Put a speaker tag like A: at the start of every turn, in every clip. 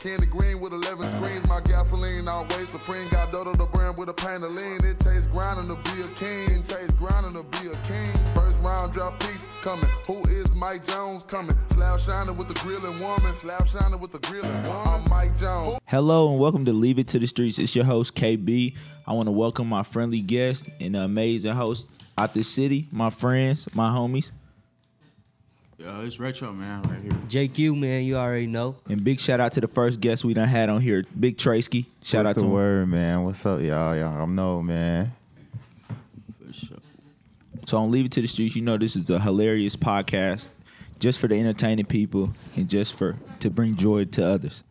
A: candy green with 11 screens. My gasoline always supreme. Got Dodo the brand with a paint of lean. It takes grinding to be a king. It takes grinding to be a king. First round drop piece coming. Who is Mike Jones coming? Slap shining with the grilling woman. Slap shining with the grilling woman. I'm Mike Jones.
B: Hello and welcome to Leave It to the Streets. It's your host KB. I want to welcome my friendly guest and the amazing host out the city, my friends, my homies,
C: Yo, it's retro man right here.
D: JQ, man, you already know.
B: and big shout out to the first guest we done had on here, Big Traysky. Shout
E: What's
B: out to
E: the
B: him.
E: word, man. What's up, y'all? Y'all know, man.
C: For sure.
B: So on Leave It to the Streets, you know this is a hilarious podcast just for the entertaining people and just for to bring joy to others.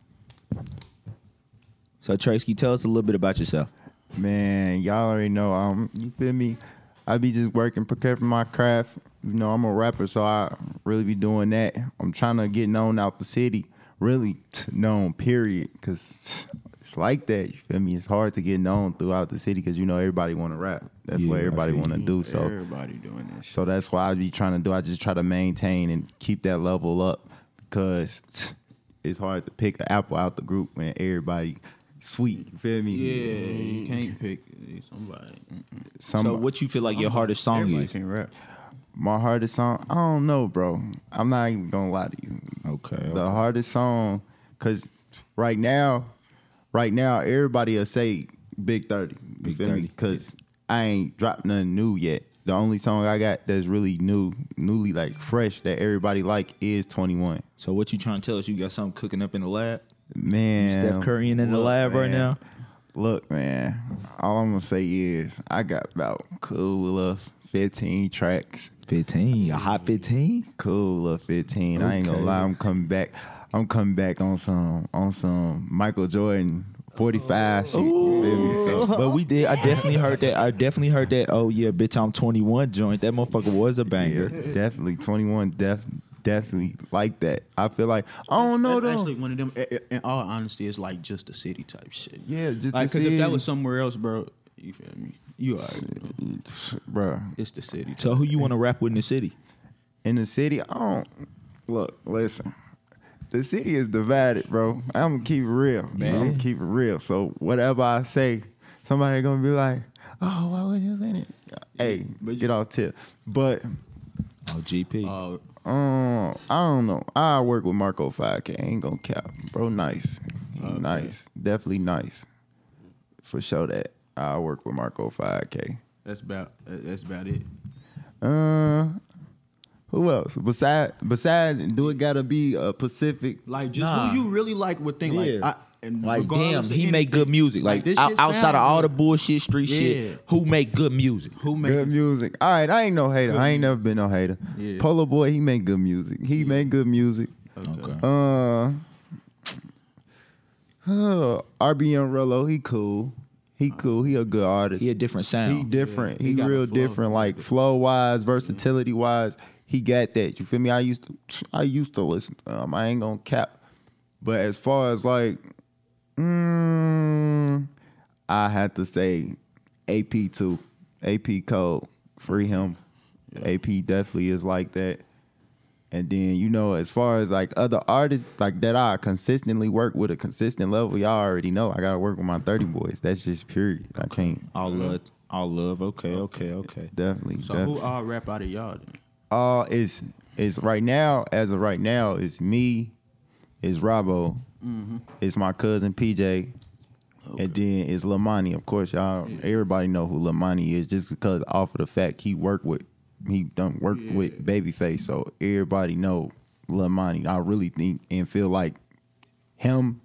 B: So Tracy, tell us a little bit about yourself.
E: Man, y'all already know. Um, you feel me? I be just working, preparing my craft. You know, I'm a rapper, so I really be doing that. I'm trying to get known out the city, really t- known. Period, because it's like that. You feel me? It's hard to get known throughout the city because you know everybody want to rap. That's
B: Yeah,
E: what
B: I
E: everybody
B: feel
E: want to do. So
C: Everybody doing that shit.
E: So that's why I be trying to do. I just try to maintain and keep that level up because it's hard to pick an apple out the group when everybody sweet. You feel me?
C: Yeah, you can't pick somebody. Mm-mm.
E: Some
B: so what you feel like your hardest song
C: Everybody
B: is?
C: can rap.
E: my hardest song. I don't know, bro. I'm not even gonna lie to you.
B: Okay.
E: The hardest song, cause right now, right now everybody'll say Big Thirty. You
B: Big
E: feel
B: 30,
E: me? Cause I ain't dropped nothing new yet. The only song I got that's really new, newly like fresh that everybody like is Twenty One.
B: So what you trying to tell us? You got something cooking up in the lab?
E: Man,
B: Steph Curry in the lab right
E: man.
B: now?
E: Look, man, all I'm gonna say is I got about cool of 15 tracks,
B: Fifteen, a hot fifteen.
E: cool of 15. I ain't gonna
B: Okay.
E: lie, I'm coming back. I'm coming back on some on some Michael Jordan 45 shit. you feel me? So,
B: But we did. I definitely heard that. I definitely heard that. Oh yeah, bitch, I'm 21 joint. That motherfucker was a
E: yeah,
B: banger.
E: definitely 21, def, definitely like that. I feel like I don't know
C: That's
E: though.
C: actually one of them. i- i- In all honesty, it's like just a city type shit.
E: yeah, just
C: Like,
E: to
C: cause
E: see
C: if that was somewhere else, bro, you feel me? You are.
E: bro
C: It's the city.
B: So who you want to rap with in the city?
E: in the city. I don't look. Listen, the city is divided, bro. I'm gonna keep it real, man. I'm gonna keep it real. So whatever I say, somebody gonna be like, "Oh, why was you in it?" Hey, get off tip. But
B: Oh GP.
C: Uh,
E: um, I don't know. I work with Marco 5K. Ain't gonna cap, bro. Nice, He nice, definitely nice, for sure. That I work with Marco 5K.
C: that's about. that- That's about it.
E: Uh, who else? Besides, besides, do it gotta be a Pacific?
C: Like just
B: Nah.
C: who you really like would think.
E: Yeah.
C: Like, I, and
B: Like damn,
C: regardless
B: he
C: of anything,
B: make good music. Like,
C: this
B: out-
C: shit
B: outside
C: sound
B: of all the
C: good.
B: bullshit street shit, who make good music?
C: Who make
E: Good music. All right, I ain't no hater. I ain't never been no hater.
C: Yeah.
E: Polo boy, he make good music. He make good music.
B: Okay.
E: Uh, uh RBM Rello, he cool. He cool. He a good artist.
B: Uh-huh. He a different sound.
E: He different.
C: Yeah, he
E: he
C: got a
E: real
C: flow.
E: different. Like flow wise, versatility wise, he got that. You feel me? I used to, I used to listen to him. I ain't gonna cap. But as far as like, mm, I have to say, AP two, AP code, free him. AP definitely is like that. And then you know, as far as like other artists like that, I consistently work with a consistent level. Y'all already know I gotta work with my thirty boys. That's just period. I can't
B: All love. All love. Okay. Okay. Okay.
E: definitely.
C: So
E: definitely.
C: who all rap out of y'all? Then?
E: uh, is is right now as of right now is me, is Robbo, it's my cousin PJ, and then it's Lamani. Of course, y'all everybody know who Lamani is just because off of the fact he worked with he done worked with Babyface, so everybody know Lamani. I really think and feel like him.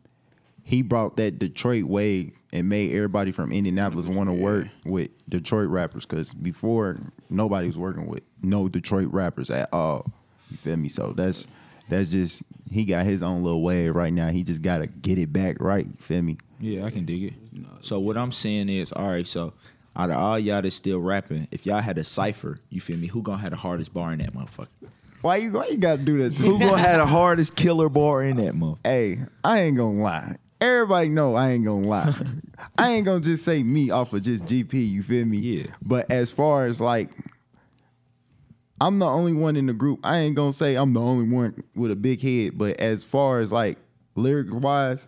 E: He brought that Detroit wave and made everybody from Indianapolis want to work with Detroit rappers because before nobody was working with no Detroit rappers at all. You feel me? So that's that's just he got his own little wave right now. He just gotta get it back right. You feel me?
B: Yeah, I can dig it. So what I'm saying is, all right. So out of all y'all that's still rapping, if y'all had a cipher, you feel me? Who gonna have the hardest bar in that motherfucker?
E: Why you why you gotta do that? To
B: Who
E: me?
B: gonna have the hardest killer bar in that motherfucker?
E: hey, I ain't gonna lie. Everybody know I ain't gonna lie. I ain't gonna just say me off of just GP. You feel me?
B: Yeah.
E: But as far as like, I'm the only one in the group. I ain't gonna say I'm the only one with a big head. But as far as like lyric wise,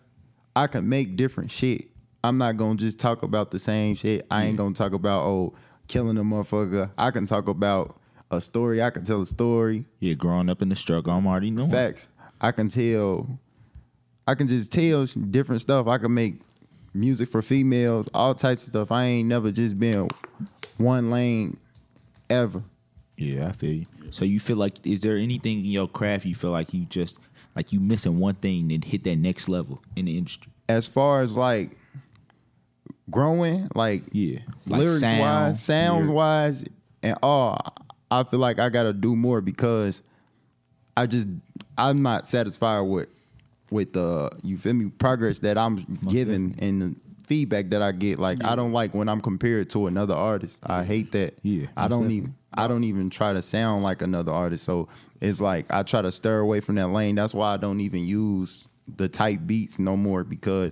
E: I can make different shit. I'm not gonna just talk about the same shit. I ain't gonna talk about oh killing a motherfucker. I can talk about a story. I can tell a story.
B: Yeah, growing up in the struggle, I'm already knowing.
E: Facts. I can tell. I can just tell s- different stuff. I can make music for females, all types of stuff. I ain't never just been one lane ever.
B: Yeah, I feel you. So you feel like is there anything in your craft you feel like you just like you missing one thing and hit that next level in the industry?
E: As far as like growing, like
B: Yeah,
E: lyrics wise, sounds wise, and all, I feel like I gotta do more because I just I'm not satisfied with with the you feel me progress that I'm giving and the feedback that I get. Like I don't like when I'm compared to another artist. I hate that.
B: Yeah,
E: I
B: most
E: don't
B: definitely.
E: even I don't even try to sound like another artist. So it's like I try to stir away from that lane. That's why I don't even use the type beats no more because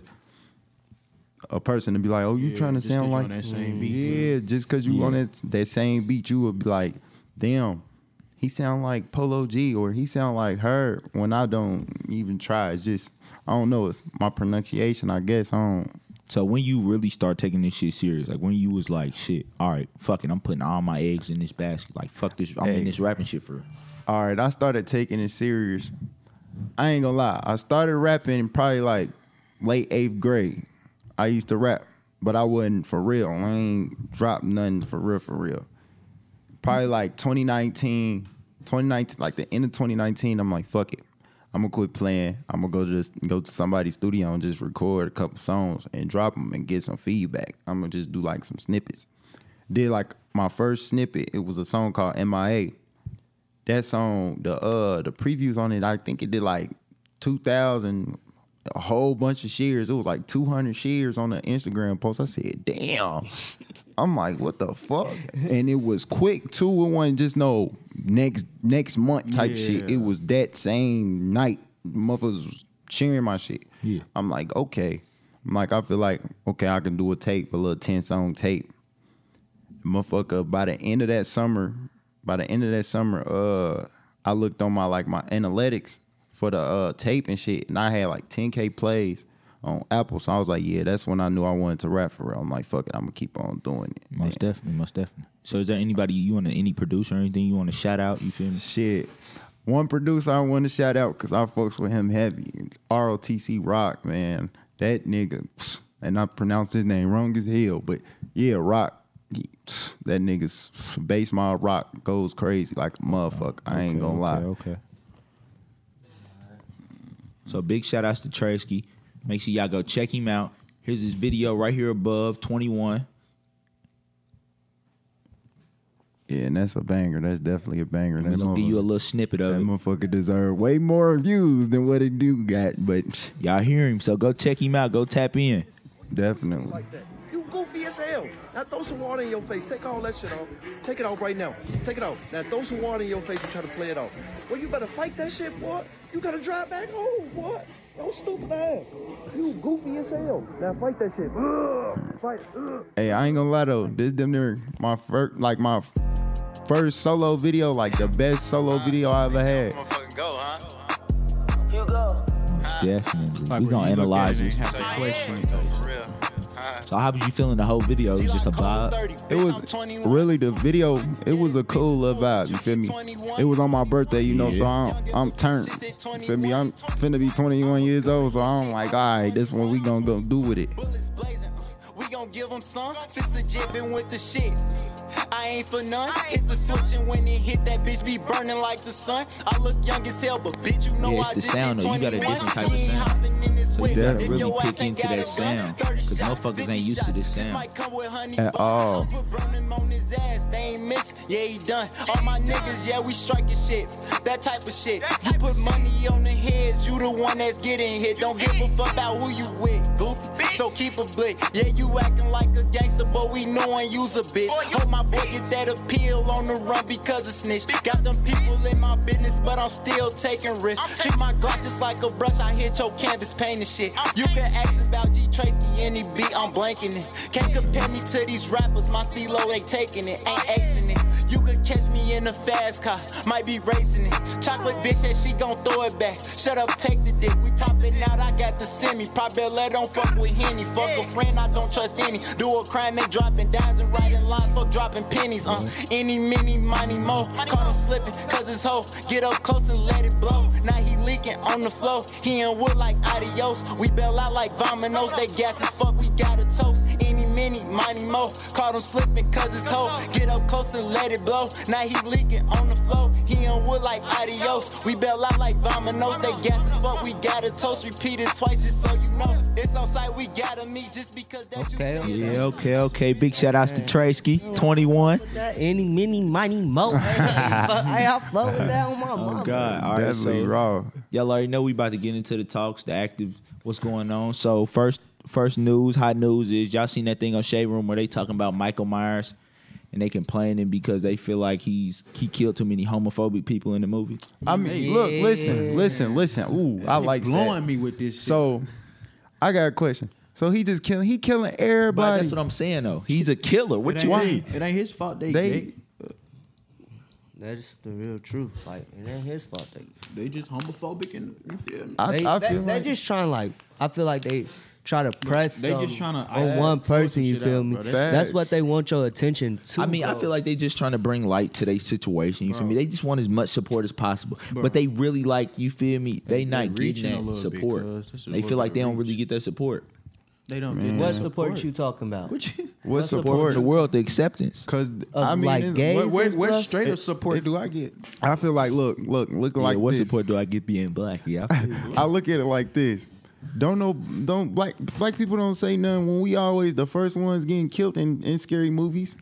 E: a person to be like, "Oh, you
C: Yeah,
E: trying to
C: just 'cause
E: sound
C: you
E: like Mm,
C: on that same beat,
E: Yeah, just because you on that that same beat, you would be like, "Damn, he sound like Polo G," or "He sound like her." When I don't even try, it's just I don't know. It's my pronunciation, I guess. I don't.
B: So when you really start taking this shit serious, like when you was like, shit, all right, fuck it, I'm putting all my eggs in this basket. Like fuck this, I'm in
E: Egg.
B: this rapping shit for real.
E: All right, I started taking it serious. I ain't gonna lie. I started rapping probably like late eighth grade. I used to rap, but I wasn't for real. I ain't dropped nothing for real, for real. Probably like 2019, 2019, like the end of 2019. I'm like, fuck it. I'm gonna quit playing. I'm gonna go to this, go to somebody's studio and just record a couple songs and drop them and get some feedback. I'm gonna just do like some snippets. Did like my first snippet. It was a song called MIA that song, the uh the previews on it, I think it did like two thousand, a whole bunch of shares. It was like two hundred shares on the Instagram post. I said, damn. I'm like, what the fuck? And it was quick too. It wasn't just no next next month type shit. It was that same night. Motherfuckers was sharing my shit.
B: Yeah.
E: I'm like, okay. I'm like, I feel like, okay, I can do a tape, a little 10 song tape motherfucker by the end of that summer by the end of that summer uh i looked on my like my analytics for the uh tape and shit and i had like 10k plays on apple so i was like yeah that's when i knew i wanted to rap for real i'm like fuck it i'm gonna keep on doing it
B: Most definitely, most definitely. So is there anybody you want to any producer or anything you want to shout out? You feel me?
E: shit one producer i want to shout out because i fucks with him heavy rotc rock man that nigga and i pronounced his name wrong as hell but yeah rock he- that nigga's bass mob rock goes crazy like a motherfucker. I ain't gonna lie.
B: Okay. okay. So big shout outs to Tresky. Make sure y'all go check him out. Here's his video right here above 21.
E: Yeah, and that's a banger. That's definitely a banger.
B: I'm
E: That,
B: gonna give you a
E: motherfucker,
B: little snippet
E: that
B: of it.
E: motherfucker deserve way more views than what it do got, but
B: Y'all hear him, so go check him out. Go tap in.
E: definitely.
F: like that. You goofy as hell. Now throw some water in your face. Take all that shit off. Take it off right now. Take it off. Now throw some water in your face and try to play it off. Well, you better fight that shit, boy. You gotta drive back home, boy. Yo, stupid ass. You goofy as hell. Now fight that shit. Ugh. Fight. Ugh.
E: Hey, I ain't gonna lie though. This damn near my first, like my f- first solo video, like the best solo video I ever had.
B: Definitely. We're gonna
C: Like, bro, you look at
B: analyze
C: it
B: this.
C: and have to question it, though.
B: So how was you feeling the whole video? It was just a vibe.
E: It was really the video. It was a cool little vibe. You feel me? It was on my birthday, you know, so I'm, I'm turned. You feel me? I'm finna be 21 years old, so I'm like, all right, this one we gonna go do with it.
G: bullets blazing. We gon' give 'em some. Since the jet been with the shit. I ain't for none. Hit the switch and when it hit that bitch be burning like the sun. I look young as hell, but bitch, you know
B: Yeah, it's
G: I
B: the
G: just
B: sound,
G: hit
B: though. You got a
G: 21.
B: different type of
G: We ain't
B: sound.
G: hopping in this
B: So you
G: whip.
B: gotta
G: If
B: really
G: your ass
B: kick
G: ain't
B: into
G: got
B: that
G: a gun,
B: sound,
G: 30
B: 'cause
G: shots,
B: motherfuckers
G: 50
B: ain't used to
G: shots.
B: this
G: This
B: sound.
G: might come with honey,
E: At
G: but
E: all.
G: I'll put burn him on his ass. They ain't miss, yeah, he done. All my niggas, yeah, we striking shit. That type of shit. You put money on the heads, you the one that's getting hit. Don't give a fuck about who you with, goofy. So keep a blick. Yeah, you acting like a gangster, but we knowin' you's a bitch. Hope my boy get that appeal on the run because of snitch. Got them people in my business, but I'm still taking risks. Treat my Glock just like a brush, I hit your canvas painting shit. You can ask about G Tracy, any beat, I'm blanking it. Can't compare me to these rappers, my stilo, they taking it, ain't exing it. You You could catch me in a fast car, might be racing it. Chocolate bitch that she gon' throw it back. Shut up, take the dick. We popping out, I got the semi. Probably let don't fuck with Henny. Fuck a friend, I don't trust any. Do a crime, they dropping dimes and writing lines. Fuck dropping pennies, uh. Any, mini, money, mo. Caught him slipping, cause his hoe. Get up close and let it blow. Now he leaking on the flow. He in wood like adios. We bail out like vominos. They gas as fuck, we got a toast. Any, mini, money, mo. Caught him slipping, cause his hoe. Get up close and let it blow. Now he leaking on the flow. He in wood like adios. We bail out like vominos. They gas as fuck, we got a toast. Repeat it twice just so you know. It's on site, we gotta meet just because that you
D: Okay,
G: said
D: okay.
B: Yeah, okay, okay. Big shout outs to Traysky, 21.
D: That any, mini, mini, mo. I I flow with that on my
B: Oh
D: mama.
B: God! All right,
E: Definitely
B: so
E: raw.
B: y'all already know we about to get into the talks, the active, what's going on. So first, first news, hot news is y'all seen that thing on Shade Room where they talking about Michael Myers, and they complaining because they feel like he's he killed too many homophobic people in the movie.
E: I mean, look, listen, listen, listen. Ooh, I
C: They
E: like
C: blowing
E: that.
C: me with this. Shit.
E: So, I got a question. So he just killing, he killing
B: But
E: everybody.
B: that's what I'm saying though. He's a killer.
C: it
B: What
C: ain't,
B: you
E: why-
B: mean?
C: it ain't his fault. They
E: They-
C: they, uh,
D: That is the real truth. Like it ain't his fault. They,
C: they just homophobic and you feel me?
E: I,
D: they,
E: I
D: they-
E: feel
D: they
E: like
D: just trying like I feel like they try to press.
C: They just
D: some
C: tryna
D: on
C: isolate
D: one
C: some
D: person. You
C: shit
D: feel
C: out,
D: me?
C: bro.
D: That's, what
E: Facts.
D: they want your attention to.
B: I mean, I
D: bro.
B: feel like they just trying to bring light to their situation. You feel me? They just want as much support as possible,
C: Bro.
B: but they really like you feel me. They
C: They- they
B: not
C: reaching a
B: getting that
C: little bit,
B: support.
C: cuz this is
B: They
C: what
B: feel like
C: they
B: they don't
C: reach.
B: really get that support.
C: They don't get
D: What
C: no
D: support you talking about?
C: Mm. What you?
E: what
B: Support
E: support
B: from the world, the acceptance.
E: Because
D: Of,
E: I mean,
D: like,
E: it's-
D: gays
E: what, what,
D: and
E: what
D: stuff?
E: straight
C: Straight
E: up
C: up support do I get?
E: I feel like look, look, look like
B: yeah, what
E: this.
B: support do I get being black? Yeah, I feel you.
E: I look at it like this. Don't know, don't black black people don't say nothing when we always the first ones getting killed in, in scary movies.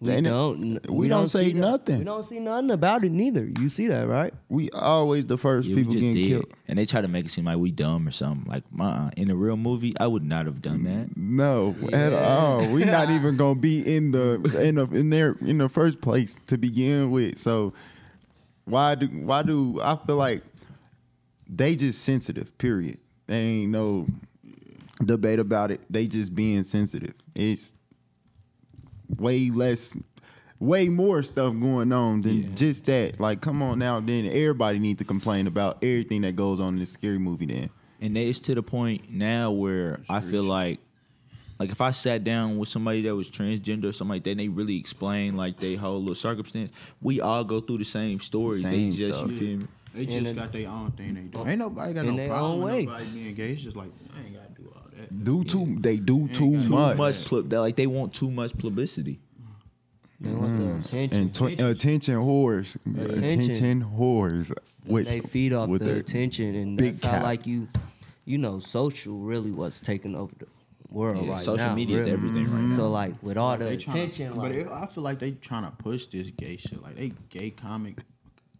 D: We
E: And
D: don't.
E: we don't say
D: see that-
E: nothing.
D: We don't see nothing about it neither. You see that, right?
E: We always the first
B: Yeah, we
E: people
B: just
E: getting
B: did.
E: killed.
B: And they try to make it seem like we dumb or something. Like, uh in a real movie, I would not have done
C: Mm-hmm.
B: that.
E: No, at all. We're not even gonna be in the in the in there in the first place to begin with. So why do why do I feel like they just sensitive? Period. They ain't no debate about it. They just being sensitive. It's way less, way more stuff going on than just that. Like, come on now. Then everybody need to complain about everything that goes on in this scary movie. Then
B: And they- it's to the point now where I feel like, like if I sat down with somebody that was transgender or something like that, and they really explain like they whole little circumstance, we all go through the same stories.
E: Same
B: they just,
E: stuff.
B: you feel me?
C: They just
D: And then-
C: got their own thing they do. Ain't nobody got
D: In
C: no
D: their
C: problem
D: own
C: with
D: way.
C: nobody being gay. It's just like I ain't gotta do all that.
E: do too. They do too
C: got- Too
E: much.
B: Too much, plu- that like they want too much publicity.
D: They want the attention.
E: and tw- attention whores, attention,
D: Attention.
E: whores. With,
D: they feed off
E: with
D: the
E: their-
D: attention, and
E: big
D: that's how
E: cap.
D: like you, you know, social really what's taking over the world
B: Yeah,
D: right
B: social
D: now.
B: media is
D: really.
B: everything right now.
D: So like with all the
C: They tryna-
D: attention,
C: but
D: like,
C: it, I feel like they trying to push this gay shit. Like they gay comic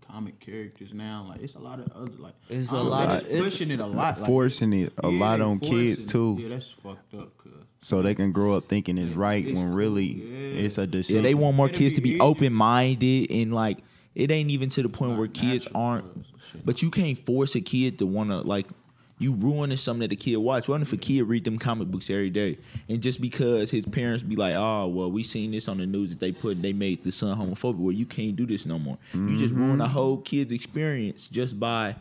C: comic characters now. Like it's a lot of other like
D: It's
C: I
D: a
C: don't know,
D: lot
C: they
D: of-
C: just
D: it's-
C: pushing it a lot, like-
E: forcing it a
C: Yeah,
E: lot
C: they
E: on kids
C: forcing it.
E: too,
C: Yeah, that's fucked up. Cause
E: so they can grow up thinking it's right
C: It's
E: when
C: cool,
E: really
C: yeah.
E: it's a decision.
B: Yeah, they want more
C: It'd
B: kids
C: be
B: to be
C: easy.
B: open minded and like it ain't even to the point where
C: Not
B: kids
C: natural,
B: aren't.
C: uh, shit.
B: But you can't force a kid to want to like. You ruining something that the kid watch. What if a kid read them comic books every day, and just because his parents be like, "Oh, well, we seen this on the news that they put, they made the son homophobic." Well, you can't do this no more. You
D: Mm-hmm.
B: just ruin a whole kid's experience just by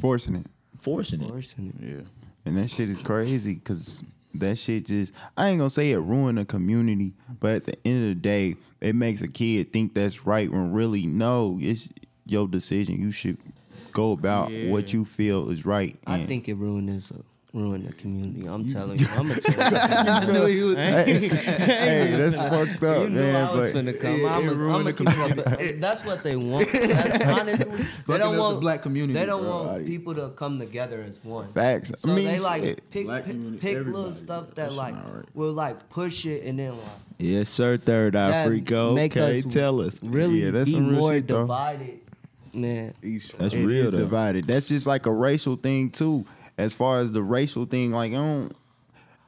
E: forcing it,
B: forcing it.
D: forcing it.
E: and that shit is crazy because that shit just I ain't gonna say it ruined the community, but at the end of the day, it makes a kid think that's right when really no, it's your decision. You should go about what you feel is right.
D: I
E: and-
D: think it ruined this. Uh, ruined the community. I'm telling you. I'm gonna tell
E: I knew he was. hey, hey, that's fucked
D: you.
E: up,
D: you knew
E: man.
D: I was
E: but
D: finna come. I'm gonna come. But that's what they want. That's, honestly,
C: Fucking
D: they
C: up
D: don't
C: the
D: want
C: black community,
D: They don't
C: bro.
D: want people to come together as one.
E: facts.
D: So
E: I mean,
D: they like
E: shit.
D: pick
C: Black
D: pick,
C: community,
D: pick little
C: everybody,
D: stuff
C: bro.
D: that
C: That's
D: like
C: not right.
D: will like push it and then like
B: Yes, sir. Third eye
D: that
B: freako.
D: make
B: Okay,
D: us
B: tell us.
D: really
E: Yeah, that's
D: be
E: some real
D: more
E: shit, though.
D: divided. Man,
B: That's
E: It is
B: real though.
E: divided. That's just like a racial thing too. As far as the racial thing, like I don't.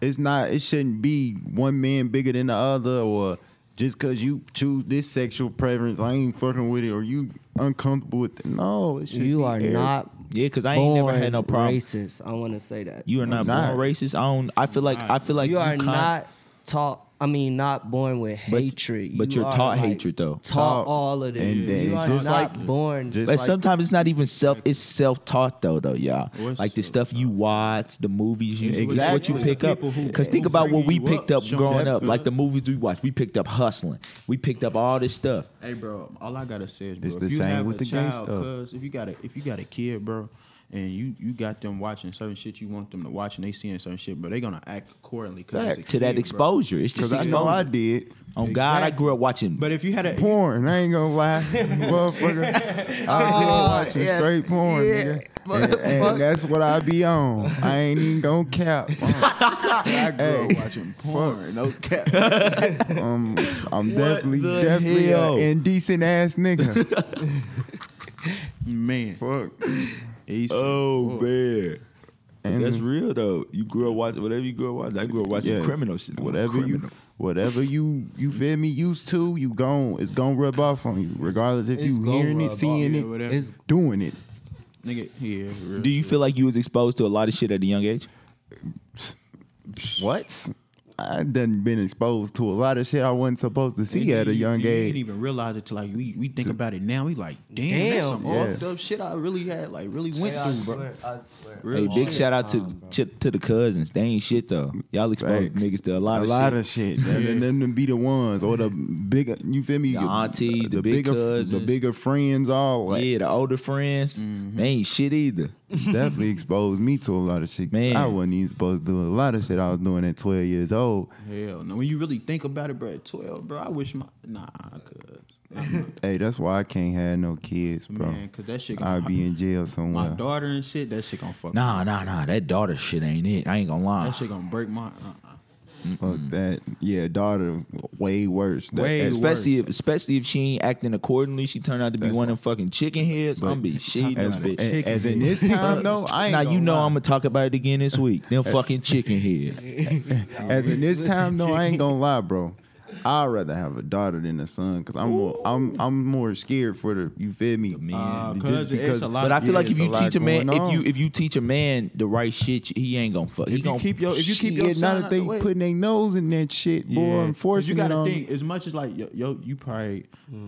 E: It's not. It shouldn't be one man bigger than the other, or just because you choose this sexual preference, I ain't fucking with it, or you uncomfortable with it. No, it should
D: you
E: be
D: are
E: every-
D: not.
B: Yeah, because I ain't never had
D: born
B: no problem.
D: Racist. I want to say that.
B: You are not,
E: not.
B: born racist. I don't. I feel like I feel like
D: you are
B: con-
D: not taught I mean, not born with
B: But-
D: hatred.
B: but
D: you
B: you're
D: are,
B: taught
D: like,
B: hatred, though.
D: Taught
E: Taught.
D: all of this.
E: And then
D: you are
E: just
D: not
E: like-
D: born.
E: just-
B: But
E: like-
B: sometimes it's not even self. It's self taught though, though, y'all.
C: What's
B: Like the stuff you watch, the movies you
E: Exactly.
B: exactly. what you
E: Like
B: pick
C: the
B: up.
C: people who-
B: Because think
C: who
B: about what we
C: bringing you
B: picked
C: up,
B: up
C: showing
B: growing
C: that-
B: up. Like the movies we watched, we picked up hustling. We picked up all this stuff.
C: Hey, bro, all I gotta say is, bro,
E: It's
C: if
E: the
C: you
E: same
C: have
E: with
C: a
E: the gang
C: child,
E: stuff.
C: cuz if you got a if you got a kid, bro, and you you got them watching certain shit you want them to watch, and they seeing certain shit, but they gonna act accordingly cause it's a
E: Facts.
B: To that
C: kid, bro.
B: exposure, it's just
E: Because I know I
B: exposure.
E: did.
B: On God, I
C: Exactly.
B: grew up watching.
C: But if you had a
E: Porn, I ain't gonna lie, motherfucker. I grew up watching straight porn, nigga. And, and that's what I be on. I ain't even gonna cap.
C: I grew up
E: Hey.
C: watching porn, no cap.
E: Um, I'm definitely,
B: the
E: definitely
B: hell?
E: an indecent ass nigga.
C: Man,
E: Fuck.
C: he's
B: oh man.
E: And-
B: That's real though. You grew up watching whatever you grew up watching. I grew up watching
E: Yeah.
B: criminal shit. I'm a
E: Whatever
B: criminal.
E: you, whatever you, you feel me, used to, you gon' it's gonna rub off on you, regardless if
D: It's
E: you
D: gonna
E: hearing
D: rub
E: it,
D: off,
E: seeing
C: yeah,
E: it,
C: whatever.
D: It's-
E: doing it.
C: nigga, yeah. real
B: Do you
C: shit.
B: feel like you was exposed to a lot of shit at a young age?
E: What? I done been exposed to a lot of shit I wasn't supposed to see
C: And
E: at a
C: you-
E: young
C: you didn't
E: age.
C: even realize it till like we, we think about it now. We like, damn, that's
D: Damn.
C: some
E: Yeah.
C: fucked up shit I really had, like really went
D: I
C: through, bro.
D: swear, I swear.
B: Hey, big shout out to to, to the cousins. They ain't shit though. Y'all exposed
E: Facts.
B: niggas to a
E: A
B: lot of
E: lot
B: shit.
E: of shit, and then them to be the ones or the bigger, you feel me?
B: The aunties, the big
E: bigger, the
B: cousins.
E: bigger friends, all like
B: yeah, the older friends,
C: Mm-hmm.
B: they ain't shit either.
E: definitely exposed me to a lot of shit.
B: Man.
E: I wasn't even supposed to do a lot of shit I was doing at 12 years old.
C: Hell no. When you really think about it, bro, at 12, bro, I wish my nah, cuz. Man,
E: Hey, that's why I can't have no kids, bro.
C: cuz that shit
E: I'll
C: gonna
E: be in jail
C: my
E: somewhere.
C: daughter and shit, that shit gonna fuck
B: Nah, nah, nah. That daughter shit ain't it. I ain't gonna
C: me.
B: lie.
C: That shit gonna break my uh-uh.
E: Fuck that. Yeah, daughter, way worse. That-
C: Way
E: as,
C: worse.
B: especially if especially if she ain't acting accordingly, she turned out to be
E: That's
B: one of them fucking chicken heads. I'm be shitting
E: as,
B: this bitch.
E: as- as in this time, though, I ain't
B: now you
E: gonna
B: know
E: lie.
B: I'm gonna talk about it again this week. Them fucking chicken head.
E: As in this time, though, I ain't gonna lie, bro. I'd rather have a daughter than a son because I'm more, I'm I'm more scared for the you feel me
B: man.
C: Uh, 'cause it's a lot-
B: But I feel
E: yeah,
B: like if
E: it's a
B: you
E: lot
B: teach a man,
E: going
B: if you
E: on.
B: if you teach a man the right shit, he ain't gonna fuck. He
C: If you
B: gonna
C: keep your if you keep your
E: shit, now
C: son
E: that
C: out
E: they
C: the way-
E: putting their nose in that shit, boy,
C: Yeah.
E: I'm
C: 'Cause
E: forcing
C: you gotta
E: it on
C: think as much as like yo, yo you probably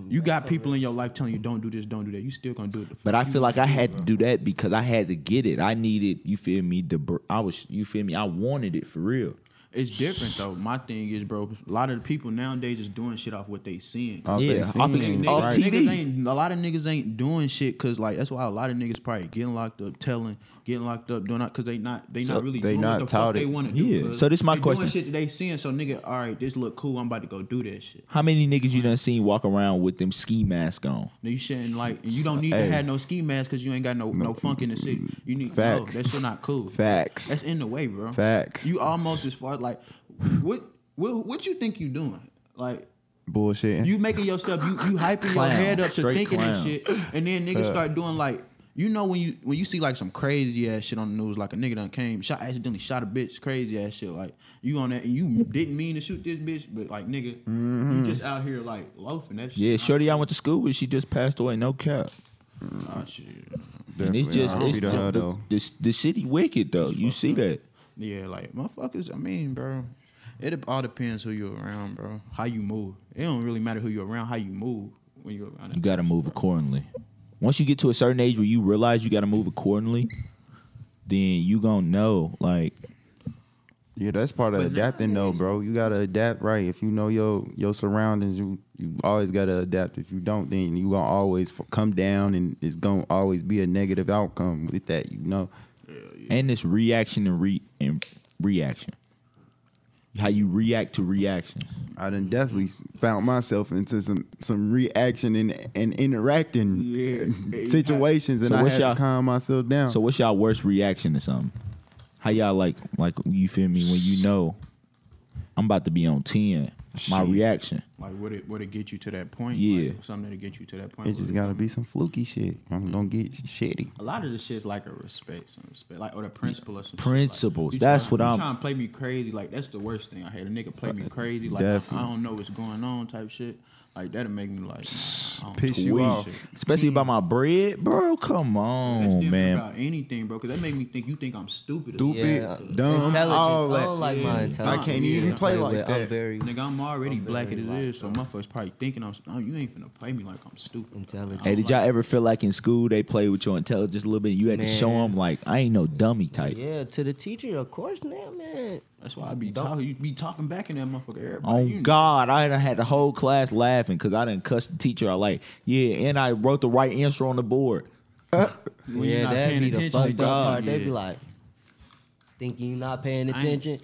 C: you got people in your life telling you don't do this, don't do that. You still gonna do it. the
B: But
C: fuck
B: I
C: you
B: feel like
C: wanna
B: I
C: do,
B: had
E: Mm-hmm.
C: bro.
B: to do that because I had to get it. I needed, you feel me? The br- I was, you feel me? I wanted it for real.
C: It's different though. My thing is, bro. A lot of the people nowadays is doing shit off what they seeing.
E: Off they
B: yeah, off,
E: seen
B: ex-
E: it,
B: off
E: right.
B: TV.
C: Niggas ain't, a lot of niggas ain't doing shit because like that's why a lot of niggas probably getting locked up, telling, getting locked up, doing not because they not they
E: So
C: not really
E: they
C: doing
E: not
C: what the
E: taught
C: fuck they
E: it.
C: want to
B: Yeah,
C: do. 'cause
B: so this my
C: they
B: question.
C: Doing shit that they seeing, so nigga, all right, this look cool. I'm about to go do that shit.
B: How many niggas you done seen walk around with them ski mask on?
C: No, you shouldn't like. and You don't need
E: Hey.
C: to have no ski mask because you ain't got no, no funk in the city. You need
E: Facts.
C: no. That shit not cool.
E: Facts.
C: That's in the way, bro.
E: Facts.
C: You almost as far like what what what you think you doing like.
E: bullshit.
C: You making yourself you you hyping
B: Clown.
C: your head up to
B: Straight
C: thinking
B: clown.
C: and shit, and then niggas start doing like you know when you when you see like some crazy ass shit on the news, like a nigga done came shot accidentally shot a bitch, crazy ass shit. Like you on that and you didn't mean to shoot this bitch, but like nigga, you just out here like loafing that shit.
B: Mm-hmm. Yeah, Shorty I went to school with, she just passed away, no cap.
C: Nah, shit.
B: And it's
E: Definitely.
B: just,
E: I hope
B: it's
E: you don't
B: just
E: have
B: the,
E: though.
B: the, the city wicked though. You see that?
C: Yeah, like motherfuckers. I mean, bro, it all depends who you around, bro. How you move. It don't really matter who you around. How you move when you around.
B: You gotta move accordingly. Once you get to a certain age where you realize you gotta move accordingly, then you gonna know. Like,
E: Yeah, that's part of adapting though, bro. You gotta adapt right. If you know your your surroundings, you you always gotta adapt. If you don't, then you gonna always f- come down, and it's gonna always be a negative outcome with that. You know,
B: and this reaction and re and reaction. How you react to reaction.
E: I done definitely found myself into some some reaction and and interacting situations, and
B: So
E: I
B: what's
E: had to
B: y'all-
E: calm myself down.
B: So what's y'all worst reaction to something? How y'all like like you feel me when you know I'm about to be on ten? My
E: Shit.
B: reaction.
C: Like what it what it get you to that point?
B: Yeah.
C: like, something to get you to that point.
E: it
C: where
E: just
C: you
E: gotta be some fluky shit. I'm gonna get shitty.
C: A lot of this shit's like a respect, some respect, like or the principle or some shit,
B: Principles,
C: Like, you
B: that's
C: tryna-
B: what
C: you
B: I'm- Uh,
C: trying to play me crazy. Like that's the worst thing I heard. A nigga play me crazy. Like I
E: Definitely.
C: don't know what's going on, type shit. Like that'll make me like. nah.
E: just piss you
B: Tweet.
E: off.
B: Especially about my bread, bro. Come
C: That's
B: on,
C: different
B: man.
C: about anything, bro. Because that made me think you think I'm stupid. or
E: Stupid.
C: something.
D: Yeah,
E: dumb,
D: intelligence.
E: all
D: I
E: that.
D: don't like my
C: Yeah.
D: intelligence.
C: I can't
D: Yeah,
E: even
D: to
E: play like
D: with. I'm
E: that.
D: very
C: Nigga, I'm already
D: I'm
C: black as
D: very
C: it
D: light,
C: is, so motherfuckers probably thinking I'm. Oh, you ain't finna play me like I'm stupid.
D: intelligent.
B: Hey, did y'all ever feel like in school they played with your intelligence a little bit? You had to show
D: Man.
B: them like I ain't no dummy type.
D: Yeah, to the teacher, of course, now, man.
C: That's why I be
D: Don't-
C: talking. You be talking back in that motherfucker. Everybody,
B: Oh
C: you know.
B: God, I done had the whole class laughing because I didn't cuss the teacher. I like, yeah, and I wrote the right answer on the board.
C: When you're
D: yeah,
C: not
D: that'd
C: paying
D: be the
C: attention,
D: fucked up
C: you don't
D: part.
C: know.
D: They'd be
C: Yeah.
D: like, think you not paying
C: ain't-
D: attention?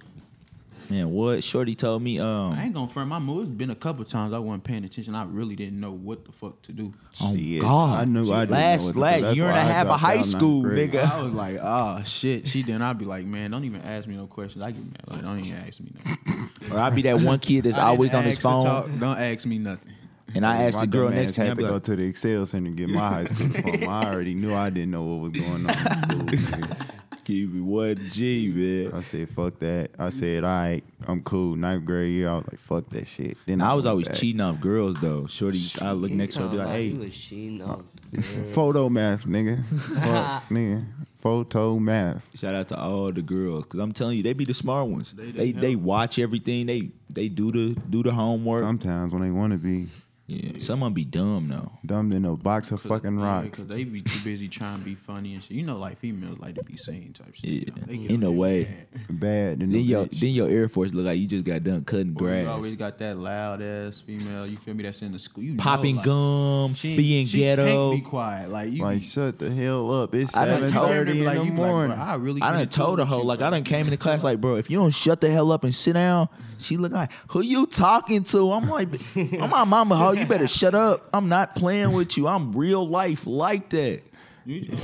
B: Man, what Shorty told me,
C: I
B: um,
C: ain't gonna front my move. It's been a couple times I wasn't paying attention. I really didn't know what the fuck to do.
B: oh
E: Shit,
B: God,
E: I knew I didn't know
B: last
E: what to do.
B: last
E: That's
B: year and
E: why
B: a
E: I
B: half of
E: dropped out
B: high
E: ninth
B: school,
E: grade.
B: nigga.
C: I was like, oh shit. She then I'd be like, man, don't even ask me no questions. I get mad. Like, don't even ask me nothing.
B: Or I'd be that one kid that's
C: I
B: always
C: didn't
B: on his
C: ask to
B: phone,
C: talk. Don't ask me nothing.
B: and I asked
E: My
B: the girl
E: dumb
B: next
E: ass
B: to me,
E: had
B: I'd
E: to
B: be
E: go
B: like,
E: to the Excel Center and get my high school diploma. I already knew I didn't know what was going on. In school, nigga.
B: "Give me one G, man."
E: I said, "Fuck that." I said, "All right, I'm cool." Ninth grade year, I was like, "Fuck that shit." Then
B: I was
E: went
B: always
E: back.
B: cheating off girls though. Shorty, I look
D: You
B: next to her, and be
D: talking
B: like,
D: about
B: "Hey,
D: you was cheating on
E: Photo math, nigga. Fuck, nigga. Photo math.
B: Shout out to all the girls, cause I'm telling you, they be the smart ones. They
C: They-
B: they,
C: they
B: watch everything. They they do the do the homework. Some,
E: Sometimes when they want to be
B: yeah, someone be dumb though.
E: dumbed in a box of fucking
C: Yeah,
E: rocks.
C: Cause they be too busy trying to be funny and shit. You know, like females like to be seen type shit. you
B: Yeah,
C: know? They get
B: in a
C: mad.
B: way.
E: Bad. Then
B: Then your
E: yo,
B: then your Air Force look like you just got done cutting
C: Or You
B: grass,
C: always got that loud ass female. You feel me? That's in the school. You know,
B: popping
C: like,
B: gum,
C: She,
B: being
C: she
B: ghetto.
C: Can't be quiet. Like you.
E: like
C: be,
E: shut the hell up. It's
B: I done
E: seven
B: told her,
E: thirty in
C: like,
E: the
C: you be like,
E: morning.
C: bro, I really.
B: I done
C: finna
B: told her
C: do with
B: hoe
C: you,
B: like
C: bro.
B: I done came into class like bro if you don't shut the hell up and sit down she look like who you talking to I'm like I'm my mama hoe you better shut up I'm not playing with you I'm real life like that
C: You,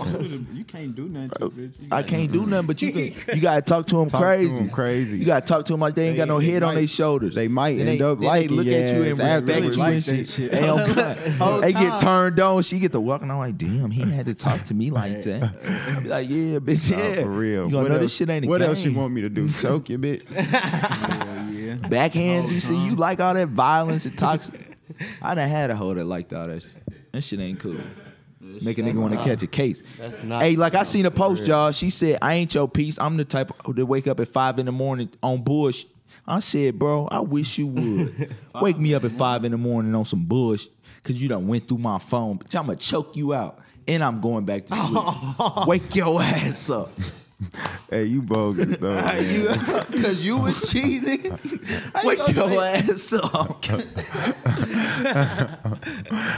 C: you can't do nothing. To, a bitch. You
B: I
C: gotta-
B: can't do nothing, but you can. You gotta talk to them
E: Talk to
B: crazy.
E: 'em crazy.
B: You gotta talk to them like they ain't got no
E: They- they
B: head on
E: might-
B: their shoulders.
E: they might
B: Then
E: end up
B: then
E: liking
B: They look
E: your
B: at you and
E: ass
B: respect
E: after they
B: you
E: like
B: and
E: that
B: shit.
E: shit.
B: They, don't- they get turned on. She get to walking. I'm like, damn, he had to talk to me like that. I be like, yeah, bitch,
E: Nah,
B: yeah,
E: for real.
B: You gonna
E: what
B: know
E: else,
B: this shit ain't a
E: What
B: game.
E: else you want me to do? Choke you, bitch.
B: Backhand. You see, you like all that violence and toxic. I done had a hoe that liked all that. Shit. That shit ain't cool. Make a nigga want to
D: not-
B: catch a case.
D: that's not-
B: Hey, like I seen a post, y'all. She said, "I ain't your piece. I'm the type to wake up at five in the morning on bush." I said, "Bro, I wish you would wake me up at five in the morning on some bush, cause you done went through my phone. Bitch, I'ma choke you out, and I'm going back to sleep. wake your ass up."
E: hey, you bogus though. man.
B: Cause you was cheating. Wake your ass up.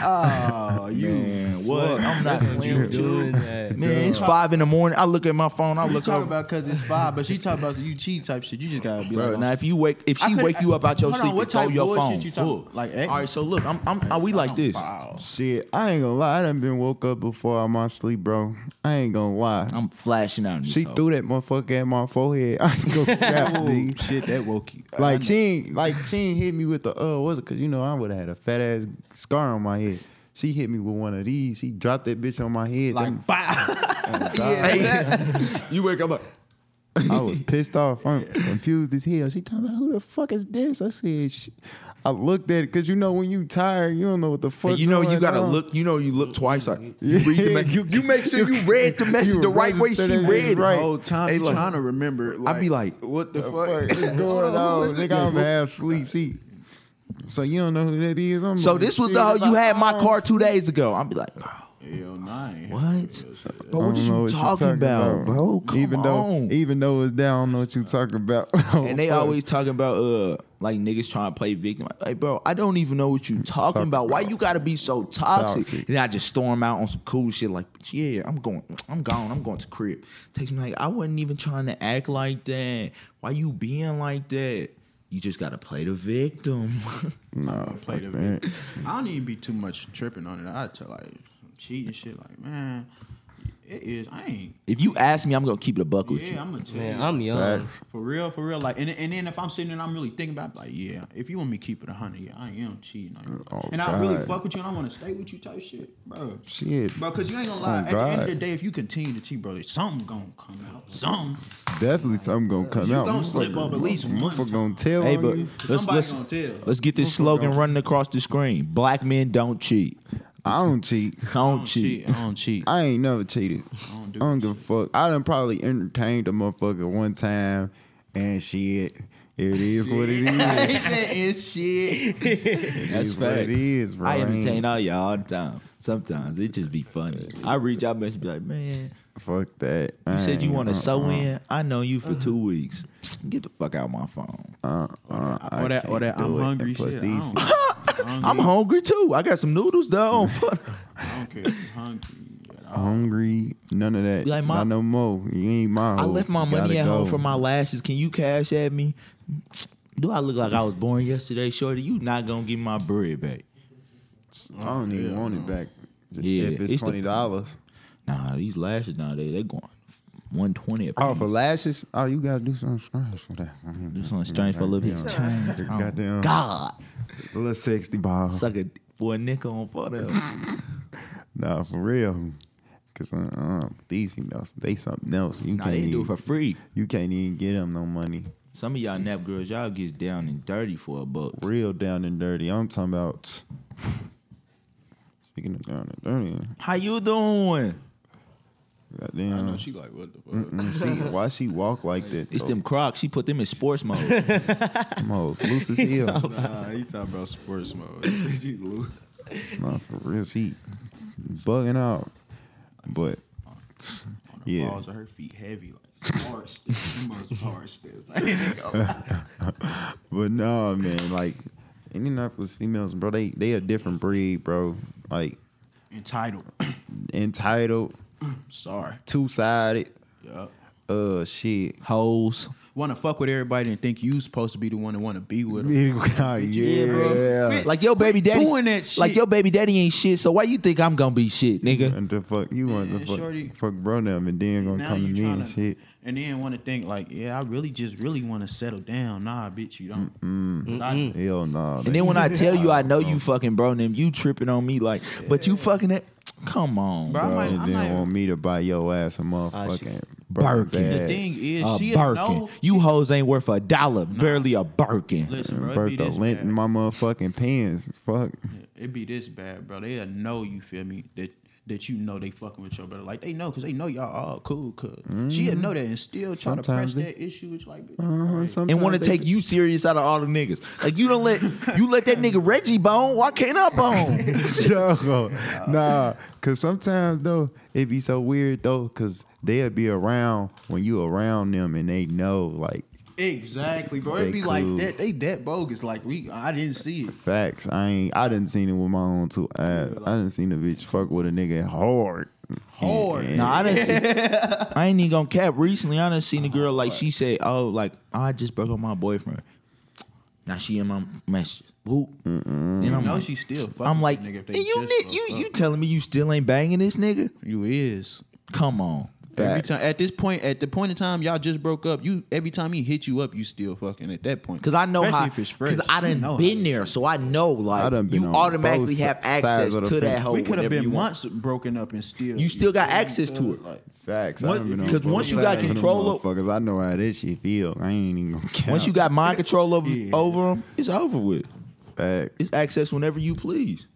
B: oh, you man, what? I'm not
D: you doing that.
B: Man, it's five in the morning. I look at my phone. I
C: You
B: look
C: talk
B: over.
C: about cause it's vibe, but she talk about you cheat type shit. You just gotta be
B: Bro,
C: like,
B: now if you wake, if
C: I
B: she
C: couldn't-
B: wake you up out your
C: Hold on,
B: sleep,
C: what
B: and throw
C: type
B: your
C: bullshit
B: phone.
C: you talking-
B: Look.
C: like, eh? Oh,
B: all right, so look, I'm, I'm, i we like this.
E: Shit, I ain't gonna lie. I done been woke up before I'm on sleep, bro. I ain't gonna lie.
B: I'm flashing out. in this
E: She
B: hoe.
E: threw that motherfucker at my forehead. I ain't gonna crap,
C: oh,
E: dude.
C: shit, that woke you.
E: Like she ain't, like she ain't hit me with the uh, was it? Cause you know I would have had a fat ass scar on my head. She hit me with one of these. She dropped that bitch on my head. Them-
C: like, bah.
E: you wake up like. I was pissed off. I'm confused as hell. She talking about who the fuck is this? I said, Sh-. I looked at it because you know when you tired, you don't know what the fuck.
B: And you know you
E: going
B: gotta
E: on.
B: look. You know you look twice. Like, you,
E: Yeah.
B: read the me- you, you make sure you read the message the right way. She
E: registered it
B: read it.
E: right.
C: whole time
B: Hey,
C: you
B: look.
C: trying to remember. Like,
B: I'd be like,
C: what the
E: Fuck
C: fuck?
E: is going on? Nigga, I'm half sleep. She, so you don't know who that is? I'm
B: So
E: like,
B: this was
E: shit,
B: the hoe you
E: like,
B: had my
E: oh,
B: car two days ago. I'd be like, bro,
C: Hell nine.
B: what? Bro,
E: I
B: what
E: don't
B: is
E: know
B: you
E: what you
B: talking about, bro? Come
E: even
B: on.
E: though even though it's down, I don't know what you talking about. Oh,
B: and they
E: Fuck.
B: always talking about uh like niggas trying to play victim. Like, bro, I don't even know what you talking
E: Talking
B: about. Why
E: about.
B: you gotta be so toxic?
E: Toxic.
B: Then I just storm out on some cool shit like, "Bitch, yeah, I'm going, I'm gone, I'm going to crib. Takes me like, I wasn't even trying to act like that. Why you being like that? You just gotta play the victim.
E: nah,
C: play
E: fuck
C: the
E: that.
C: I don't even be too much tripping on it. I tell like cheating shit. Like man, It is. I ain't.
B: If you ask me, I'm gonna keep it a buck with
C: Yeah,
B: you.
C: I'm gonna tell
D: Man,
C: you.
D: I'm young.
E: Facts.
C: for real, for real. Like, and, and then if I'm sitting and I'm really thinking about, it, like, yeah, if you want me to keep it a hundred, yeah, I am cheating on you.
E: Oh,
C: and I really
E: God.
C: fuck with you, and I want to stay with you, type shit, bro.
E: Shit,
C: Bro, cause you ain't gonna lie.
E: Oh,
C: At the end of
E: God.
C: the day, if you continue to cheat, bro, something gonna come out. Something.
E: definitely something gonna come
C: You
E: out.
C: gonna slip up at least one
E: Motherfucker
C: time.
E: gonna tell
B: Hey,
E: on
B: but
E: you.
B: let's
C: Somebody
B: let's,
C: gonna tell.
B: let's get this slogan running across the screen. Black men don't cheat.
E: I don't cheat.
B: I don't
C: I don't
B: cheat.
C: cheat. I don't cheat.
E: I ain't never cheated. I
C: don't
E: don't,
C: do
E: give a fuck. I done probably entertained a motherfucker one time, and shit, it is what it is.
C: he said it's shit.
B: That's
E: is what
B: fact.
E: it is, bro.
B: I
E: I ain't-
B: entertain all y'all all the time. Sometimes it just be funny. I read y'all message, be like, man,
E: Fuck that. uh,
B: you said you want to sew in. I know you for two weeks. Get the fuck out my phone.
E: Uh, uh, I
C: Or that, or
E: can't
C: that
E: do
C: I'm
E: it.
C: hungry
E: And plus
C: shit. I
E: these-
C: don't,
B: I'm hungry too. I got some noodles though.
C: I don't care. if you hungry. at all.
E: hungry. None of that.
B: Be like,
E: Not
B: "Mom,
E: no more. You ain't my.
B: I
E: hoe.
B: left my
E: You
B: money
E: gotta
B: at home
E: go."
B: for my lashes. Can you cash at me? Do I look like I was born yesterday, Shorty? You not gonna give me my bread back.
E: I don't even want it back.
B: Yeah,
E: if it's,
B: it's the-
E: twenty dollars.
B: Nah, these lashes nowadays they going one twenty a piece.
E: Oh, for lashes. Oh, you gotta do something strange for that. Mm-hmm.
B: Do something strange for a little bit of change.
E: Goddamn.
B: God,
E: Little sixty ball.
B: suck a for a nickel on for them.
E: Nah, for real. Cause uh, uh, these females, they something else. You
B: Nah,
E: can't
B: they
E: even,
B: do it for free.
E: You can't even get them no money.
B: Some of y'all nap girls, y'all gets down and dirty for a buck.
E: Real down and dirty. I'm talking about. Speaking of down and dirty,
B: How you doing?
E: goddamn.
C: I know she like what the fuck.
E: Mm, she, why she walk like that?
B: It's
E: though?
B: them Crocs. She put them in sports mode.
E: Them hoes loose as hell.
C: Nah, he talking about sports mode.
E: nah, for real, she bugging out. But
C: yeah.
E: Yeah.
C: balls of her feet heavy, like hard steps. Them mother's hard steps.
E: But no, man, like Indianapolis females, bro, they they a different breed, bro. Like
C: Entitled.
E: entitled,
C: Sorry.
E: two sided.
C: Yup.
E: Uh, shit.
B: Hoes.
C: Want to fuck with everybody and think you supposed to be the one that want to be with them. uh,
E: yeah, yeah.
B: Like your baby daddy.
C: doing that
B: Like
C: shit.
B: your baby daddy ain't shit. So why you think I'm gonna be shit, nigga?
E: And the fuck you want
C: Man,
E: the fuck,
C: shorty.
E: fuck bro them and then gonna
C: Now
E: come to
C: you
E: me
C: trying
E: and
C: to,
E: shit.
C: and then want to think like, yeah, I really just really want to settle down. Nah, bitch, you don't. I-
E: Hell no.
B: And then when I tell you I know you fucking bro, them you tripping on me like, but you fucking that. Come on,
C: Bro, I
B: bro.
C: might-
E: and
C: I
E: then
C: might- Ah,
E: want me to buy your ass a motherfucking
B: Birkin.
E: bag.
C: The thing is,
B: A
C: she
B: Birkin.
C: know.
B: You hoes ain't worth a dollar. Barely a Birkin.
C: Listen,
E: And
C: bro, it be
E: Burnt the
C: this
E: lint
C: bad.
E: in my motherfucking pants. Fuck.
C: it be this bad, bro. They know you feel me that that you know they fucking with your brother. Like they know because they know y'all all cool. because she'll know that and still try to press
E: Mm-hmm. Sometimes they-
C: that issue. It's like, bitch,
E: Uh-huh,
C: alright.
E: sometimes
B: and want to
E: they
B: take you serious out of all the niggas. Like you don't let you let that nigga Reggie bone. Why can't I bone?
E: Yo, nah, cause sometimes though it be so weird though, cause they'll be around when you around them and they know like
C: exactly, bro.
E: They
C: It be
E: cool.
C: like that. They that bogus. Like we, I didn't see it.
E: facts. I ain't I didn't seen it with my own two eyes. I didn't seen the bitch fuck with a nigga hard.
C: Hard.
B: nah, I done see. I ain't even gonna cap. Recently, I done seen a girl like she said, "Oh, like I just broke up with my boyfriend." Now she in my message. Who? And
C: You
B: I'm
C: know
B: like,
C: she still. Fucking
B: I'm like,
C: Mm. with nigga, if
B: and
C: they
B: you
C: just
B: ni- you
C: broke
B: you
C: up."
B: telling me you still ain't banging this nigga?
C: you is.
B: Come on.
C: Every
B: Facts.
C: time, at this point, at the point in time y'all just broke up, you every time he hit you up, you still fucking at that point.
B: Cause I know
C: Especially
B: how,
C: if it's fresh.
B: cause I
C: You
B: done
C: know how
B: been
C: it
B: there, so I know like
E: I done been on
B: you
E: both
B: automatically have
E: si- sides
B: access
E: of the
B: to that
E: fence.
B: hoe.
C: we could have
B: whenever you
C: been
B: want.
C: months broken up and still
B: You still got
C: feel me?
B: access to it.
C: Like,
B: Once-
E: Facts. I haven't been on
B: because
E: both
B: once you
E: sides
B: got
E: of them
B: control of-
E: motherfuckers, I know how this shit feel. I ain't even gonna count.
B: Once you got mind control over over them, it's over with.
E: facts.
B: It's access whenever you please,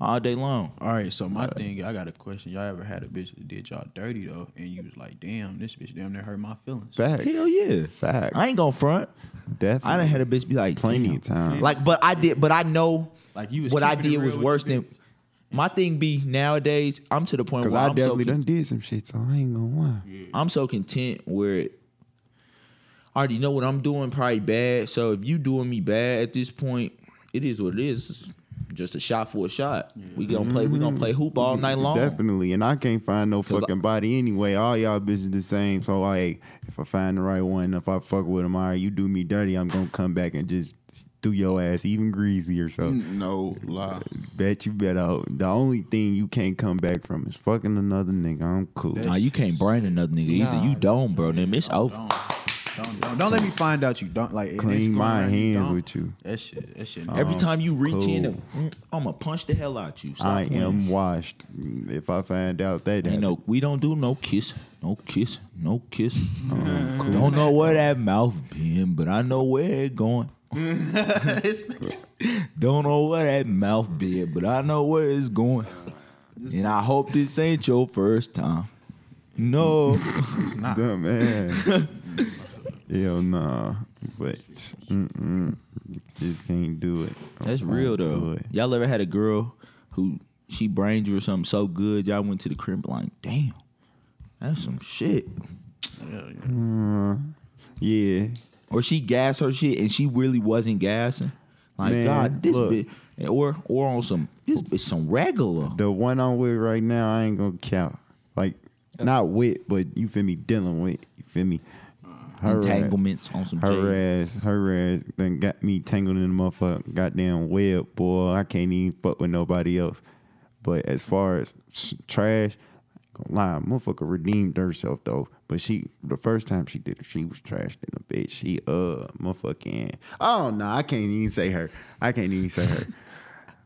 B: all day long.
C: all right, so my thing, I got a question. Y'all ever had a bitch that did y'all dirty though, and you was like, damn, this bitch damn near hurt my feelings.
E: Facts.
B: Hell yeah,
E: Facts.
B: I ain't gonna front.
E: Definitely.
B: I done had a bitch be like,
E: Plenty of
B: "Damn."
E: time.
B: Like, but I did, but I know
C: Like, you was
B: what I
C: keeping it
B: did
C: real
B: was
C: with
B: worse
C: the
B: than. My thing be nowadays, I'm to the point
E: Cause
B: where
E: I
B: am
E: definitely
B: so con-
E: done did some shit, so I ain't gonna lie.
B: I'm so content where I already know what I'm doing probably bad. So if you doing me bad at this point, it is what it is. It's Just a shot for a shot. We gonna play. We gonna play hoop all night long.
E: Definitely, and I can't find no
B: 'Cause
E: fucking body anyway. All y'all bitches the same. So like, if I find the right one, if I fuck with him, all right, you do me dirty, I'm gonna come back and just through your ass, even greasy or something.
C: No lie.
E: Bet you better. The only thing you can't come back from is fucking another nigga. I'm cool.
B: Nah, you can't brain another nigga either. You don't, bro. Then it's over.
C: Don't, don't, don't, don't let me find out you don't like. it- it's
E: Clean
C: going,
E: my
C: you Uh-huh.
E: hands
C: don't.
E: with you.
C: That shit. That shit.
B: Every time you reach in,
E: Um, cool.
B: mm, I'ma punch the hell out you. Stop
E: I
B: playing.
E: am washed. Mm, If I find out that,
B: You
E: happened.
B: know, we don't do no kiss, no kiss, no kiss.
E: Uh-huh,
B: Don't know where that mouth been, but I know where it going.
C: It's-
B: Don't know where that mouth been, but I know where it's going. And I hope this ain't your first time. No,
E: Dumb man. eh. Hell nah. But mm-mm, just can't do it. I
B: that's
E: won't
B: real
E: do
B: though.
E: it.
B: Y'all ever had a girl who she brained you or something so good? Y'all went to the crib like, damn, that's some shit.
E: Yeah.
B: or she gassed her shit and she really wasn't gassing. Like
E: Man,
B: God, this
E: look.
B: bitch, or or on some this bitch some regular.
E: The one I'm with right now, I ain't gonna count. Like
B: Uh,
E: not with, but you feel me dealing with. You feel me? Her ass-
B: Entanglements on some
E: Her
B: shit.
E: ass, her ass then got me tangled in the motherfucking goddamn web, boy. I can't even fuck with nobody else. But as far as s- trash, gonna lie, motherfucker redeemed herself though. But she, the first time she did it, she was trashed in the bitch. She, uh, motherfucking, oh no, I can't even say her. I can't even say her.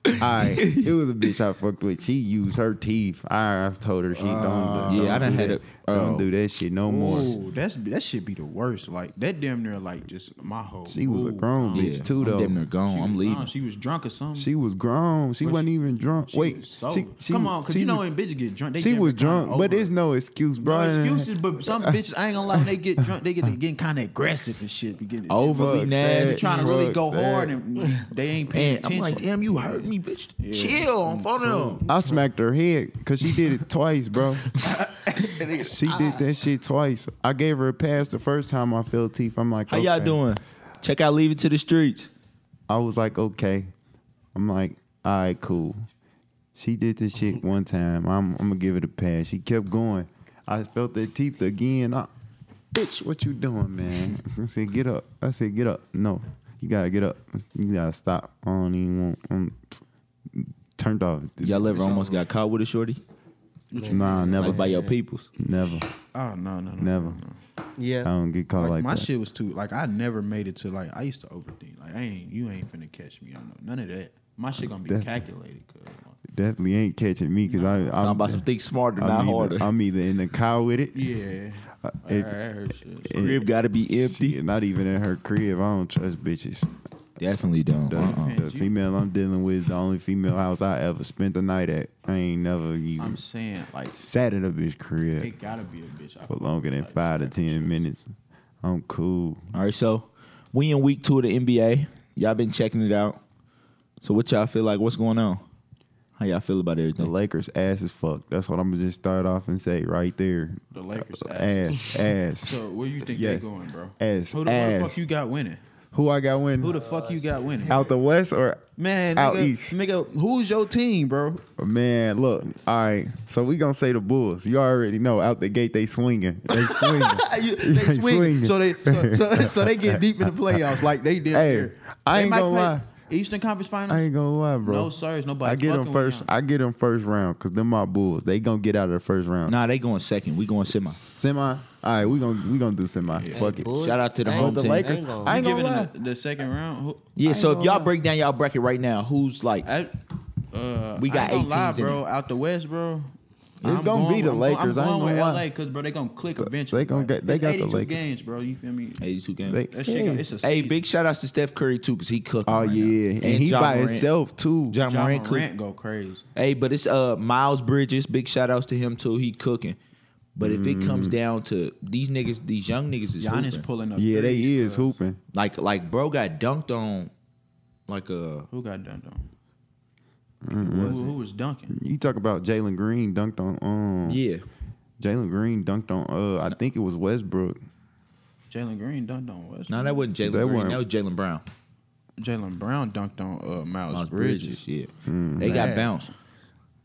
E: I, it was a bitch I fucked with. She used her teeth. I, I told her she
C: Uh,
E: don't. do-
B: Yeah,
E: don't
B: I done
E: do
B: had a-
E: that. don't
B: oh.
E: do that shit no more.
C: Ooh, that's that should be the worst. Like that damn near like just my whole.
E: She was a
C: mood.
E: grown
B: Yeah,
E: bitch too though.
B: I'm damn near gone. I'm
C: Nah,
B: leaving.
C: she was drunk or something.
E: She was grown. She
C: But
E: wasn't even drunk.
C: She
E: Wait,
C: was sober.
E: she, she,
C: come on, because
E: she
C: you know
E: was-
C: when bitches get drunk, they
E: she
C: get
E: was
C: kinda
E: drunk, but
C: over.
E: it's no excuse,
C: No
E: bro.
C: excuses, but some bitches, I ain't gonna lie, when they get drunk, they get they getting kind of aggressive and shit. Be getting
B: Overly
E: Fuck
B: nasty.
E: that.
C: trying to really
E: Fuck
C: go
E: that.
C: hard and they ain't
B: Man,
C: paying
B: I'm
C: attention.
B: like, damn, you hurt me, bitch. Chill, I'm phoning him.
E: I smacked her head because she did it twice, bro. she did that shit twice. I gave her a pass the first time I felt teeth. I'm like,
B: How y'all
E: okay.
B: doing? Check out Leave It to the Streets.
E: I was like, okay. I'm like, all right, cool. She did this shit
B: Mm-hmm.
E: one time. I'm, I'm gonna give it a pass. She kept going. I felt their teeth again. I, Bitch, what you doing, man? I said, get up. I said, get up. No, you gotta get up. You gotta stop. I don't even want. I'm turned off.
B: Y'all ever almost got caught with a shorty?
E: Nah, never,
B: Like by your peoples.
E: never,
C: oh no, no, no,
E: never. I
B: Um,
D: Yeah.
E: don't get caught
C: Like,
E: like,
C: my
E: that.
C: shit was too. Like I never made it to like I used to overthink. Like I ain't you ain't finna catch me. I know none of that. My shit gonna be
E: Def-
C: calculated. Cause
E: Definitely ain't catching me because I, I'm,
B: I'm about to think smarter,
E: I'm
B: not
E: either,
B: harder.
E: I'm either in the car with it.
C: yeah,
E: uh,
C: I
E: if-
C: heard shit.
E: and-
B: Crib gotta be empty.
E: Shit, not even in her crib. I don't trust bitches.
B: Definitely don't.
E: The,
B: Uh-uh.
E: the female I'm dealing with is the only female house I ever spent the night at. I ain't never
C: I'm
E: even
C: saying like
E: sat at a bitch crib
C: it gotta be a bitch. I
E: for longer than five to ten minutes. I'm cool.
B: All right, so we in week two of the NBA. Y'all been checking it out. So what y'all feel like? What's going on? How y'all feel about
E: The
B: everything?
E: Lakers ass is fucked. That's what I'm gonna just start off and say right there.
C: The Lakers ass.
E: Ass, ass,
C: So where you think
E: Yeah.
C: they going, bro?
E: ass,
C: Who the, who the fuck
E: ass.
C: you got winning?
E: Who I got
C: Who
E: winning?
C: the fuck you got winning?
E: Out the west or
C: Man,
E: Out
C: nigga,
E: east.
C: nigga, who's your team, bro?
E: Man, look, all right. So we gonna say the Bulls. You already know. Out the gate, they swinging. They swinging.
C: You-
E: They
C: they swing,
E: swinging.
C: so they so, so, so they get deep in the playoffs like they did
E: Hey,
C: here.
E: I
C: They
E: ain't
C: might
E: gonna
C: play
E: lie.
C: Eastern Conference Finals.
E: I ain't gonna lie, bro.
C: No sirs, nobody
E: I get
C: fucking
E: them
C: with
E: first.
C: y'all.
E: I get them first round because them my Bulls. They gonna get out of the first round.
B: Nah, they going second. We going semi.
E: Semi. All right, we gonna we gonna do semi. Fuck it.
D: Bulls,
B: Shout out to the
D: I
B: home
D: ain't-
E: But the
B: team.
D: I
E: Lakers.
D: ain't gonna-
E: I ain't
C: You
E: gonna
C: giving
E: lie.
C: the, the second round. Who,
B: Yeah, so if
E: gonna
B: y'all
E: lie.
B: break down y'all bracket right now, who's like
C: I, uh,
B: We got
C: I ain't gonna
B: eight
C: lie,
B: teams in
C: bro. Out the West, bro.
E: It's gonna be the
C: with-
E: Lakers. I
C: I'm going,
E: ain't gonna
C: with
E: lie.
C: LA because bro, they gonna click eventually.
E: they gonna
C: bro.
E: get- they
C: It's
E: got the
C: 82
E: Lakers.
C: games, bro. You feel me?
B: 82 games?
E: They-
C: That shit, gonna, it's a
B: hey,
C: season.
B: big shout outs to Steph Curry too, cause he cooked.
E: Oh yeah, and, he by himself too.
B: John
C: John
B: Morant, cook.
C: Morant go crazy.
B: Hey, but it's uh Miles Bridges. Big shout outs to him too. He cooking. But if it
E: Mm.
B: comes down to these niggas, these young niggas is
C: Giannis
B: hooping.
C: pulling up.
E: Yeah, they
C: threes,
E: is
C: cuz.
E: hooping.
B: like like bro got dunked on, like uh
E: Mm.
C: Who got dunked on? Who, who was dunking?
E: You talk about Jalen Green dunked on. Um,
B: yeah.
E: Jalen Green dunked on. Uh, I think it was Westbrook.
C: Jalen Green dunked on Westbrook.
B: No, that wasn't Jalen
E: That
B: Green.
E: wasn't-
B: That was Jalen Brown.
C: Jalen Brown dunked on uh, Miles,
B: Miles
C: Bridges.
B: Bridges. Yeah, they got bounced.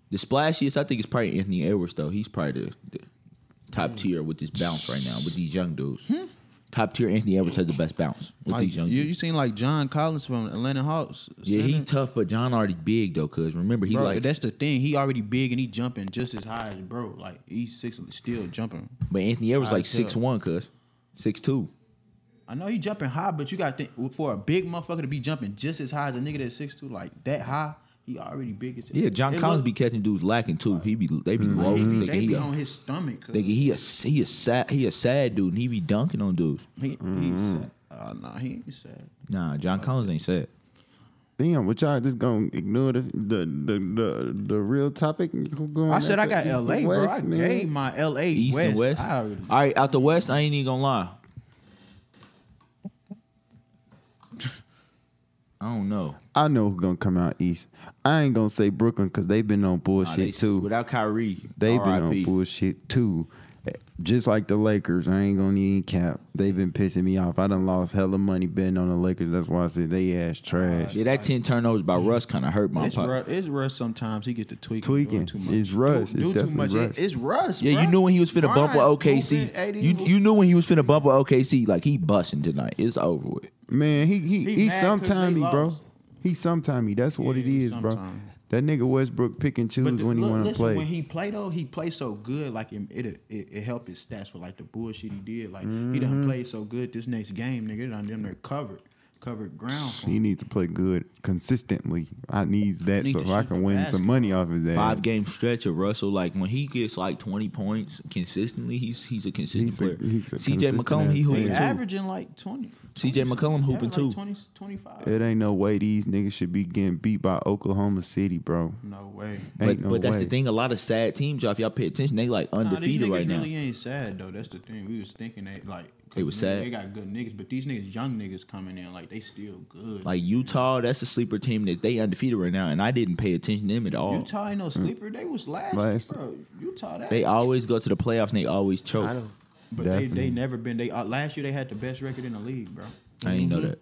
B: The splashiest, I think, is probably
C: Hmm.
B: Anthony Edwards. Though he's probably the, the top tier with this bounce right now with these young dudes. Top tier Anthony Edwards has the best bounce with
C: Like,
B: these young.
C: Hmm. you,
B: dudes.
C: you seen like John Collins from Atlanta Hawks?
B: yeah, he
C: center?
B: tough, but John already big though. Cause remember he
C: Bro,
B: like
C: that's the thing. He already big and he jumping just as high as bro. Like he's six, still jumping.
B: But Anthony Edwards
C: High
B: like
C: as
B: six
C: hell.
B: one, cuz six two.
C: I know he jumping high, but you got to think for a big motherfucker to be jumping just as high as a nigga that's six two, like that high. He already big as hell.
B: Yeah, John
C: It
B: Collins
C: look-
B: be catching dudes lacking too. He be they be low.
C: They be,
B: Nigga,
C: they
B: he
C: be
B: a,
C: on his stomach.
B: nigga, he a he a sad he a sad dude and he be dunking on dudes.
C: He,
B: Mm.
C: he's sad. Oh, nah, he ain't sad.
B: Nah, John Collins ain't sad.
E: Damn, what y'all just gonna ignore the the the the, the real topic? and go- go on
C: I said I
E: after
C: got
E: East and
C: L.A., bro.
E: West,
C: I
E: man?
C: gave my L.A.
B: East
C: West.
B: and West.
C: I already,
B: All right, out the West, I ain't even gonna lie. I don't know.
E: I know who's gonna come out east. I ain't gonna say Brooklyn because they've been on
B: Nah,
E: bullshit
B: they-
E: too.
B: Without Kyrie,
E: They've been on
B: RIP.
E: bullshit too. Just like the Lakers, I ain't gonna need cap. They've been pissing me off. I done lost hella money betting on the Lakers. That's why I said they ass trash.
B: Yeah, that ten turnovers by Russ kind of hurt my
C: it's,
B: pop.
C: Russ, it's Russ sometimes. He gets to tweaking.
E: Tweaking.
C: Too much.
E: It's Russ.
C: Do,
E: It's
C: do too
E: definitely
C: much. It-
E: Russ.
C: it's Russ.
B: Yeah, you
C: bruh.
B: knew when he was finna bump with
C: Brian,
B: OKC.
C: hooping, AD,
B: You you knew when he was finna bump with OKC. Like he busting tonight. It's over with.
E: Man, he
C: He
E: he he,
C: mad 'cause they
E: sometimey, bro.
C: lost.
E: He sometimey. That's what
C: Yeah,
E: it is, bro.
C: sometime.
E: That nigga Westbrook pick and choose
C: the-
E: when he
C: look,
E: want to
C: listen,
E: play.
C: When he played though, he played so good, like it it, it, it helped his stats for like the bullshit he did. Like he
E: Mm-hmm.
C: done played so good this next game, nigga. It done them there covered covered ground. For
E: He
C: him.
E: needs to play good consistently. I needs that
C: Need to
E: so I
C: shoot
E: can
C: the
E: win some
C: basketball.
E: money off his ass.
B: Five game stretch of Russell, like when he gets like twenty points consistently, he's he's a consistent
E: He's a-
B: player.
E: he's a
B: CJ
E: consistent
B: McCollum, he
E: ass
B: hooping
C: He
E: player.
B: too.
C: averaging like twenty.
B: CJ
C: 20,
B: McCollum
C: he
B: hooping
C: averaging, like
B: too.
C: 20, 25.
E: It ain't no way these niggas should be getting beat by Oklahoma City, bro.
C: no way.
B: But,
E: Ain't no
B: but that's
E: way.
B: the thing. A lot of sad teams, y'all, if y'all pay attention, they like
C: Nah, these
B: undefeated
C: niggas
B: right now.
C: really ain't sad though. That's the thing. We was thinking they like
B: They was
C: niggas,
B: sad.
C: They got good niggas, but these niggas, young niggas coming in, like they still good.
B: Like Utah, that's a sleeper team that they undefeated right now, and I didn't pay attention to them at all.
C: Utah ain't no sleeper. They was last,
E: Mm. Last.
C: bro. Utah, that
B: They always go to the playoffs and they always choke.
D: I
B: I,
D: don't.
C: But they,
E: Definitely.
C: they never been. They uh, last year they had the best record in the league, bro.
B: ain't know that.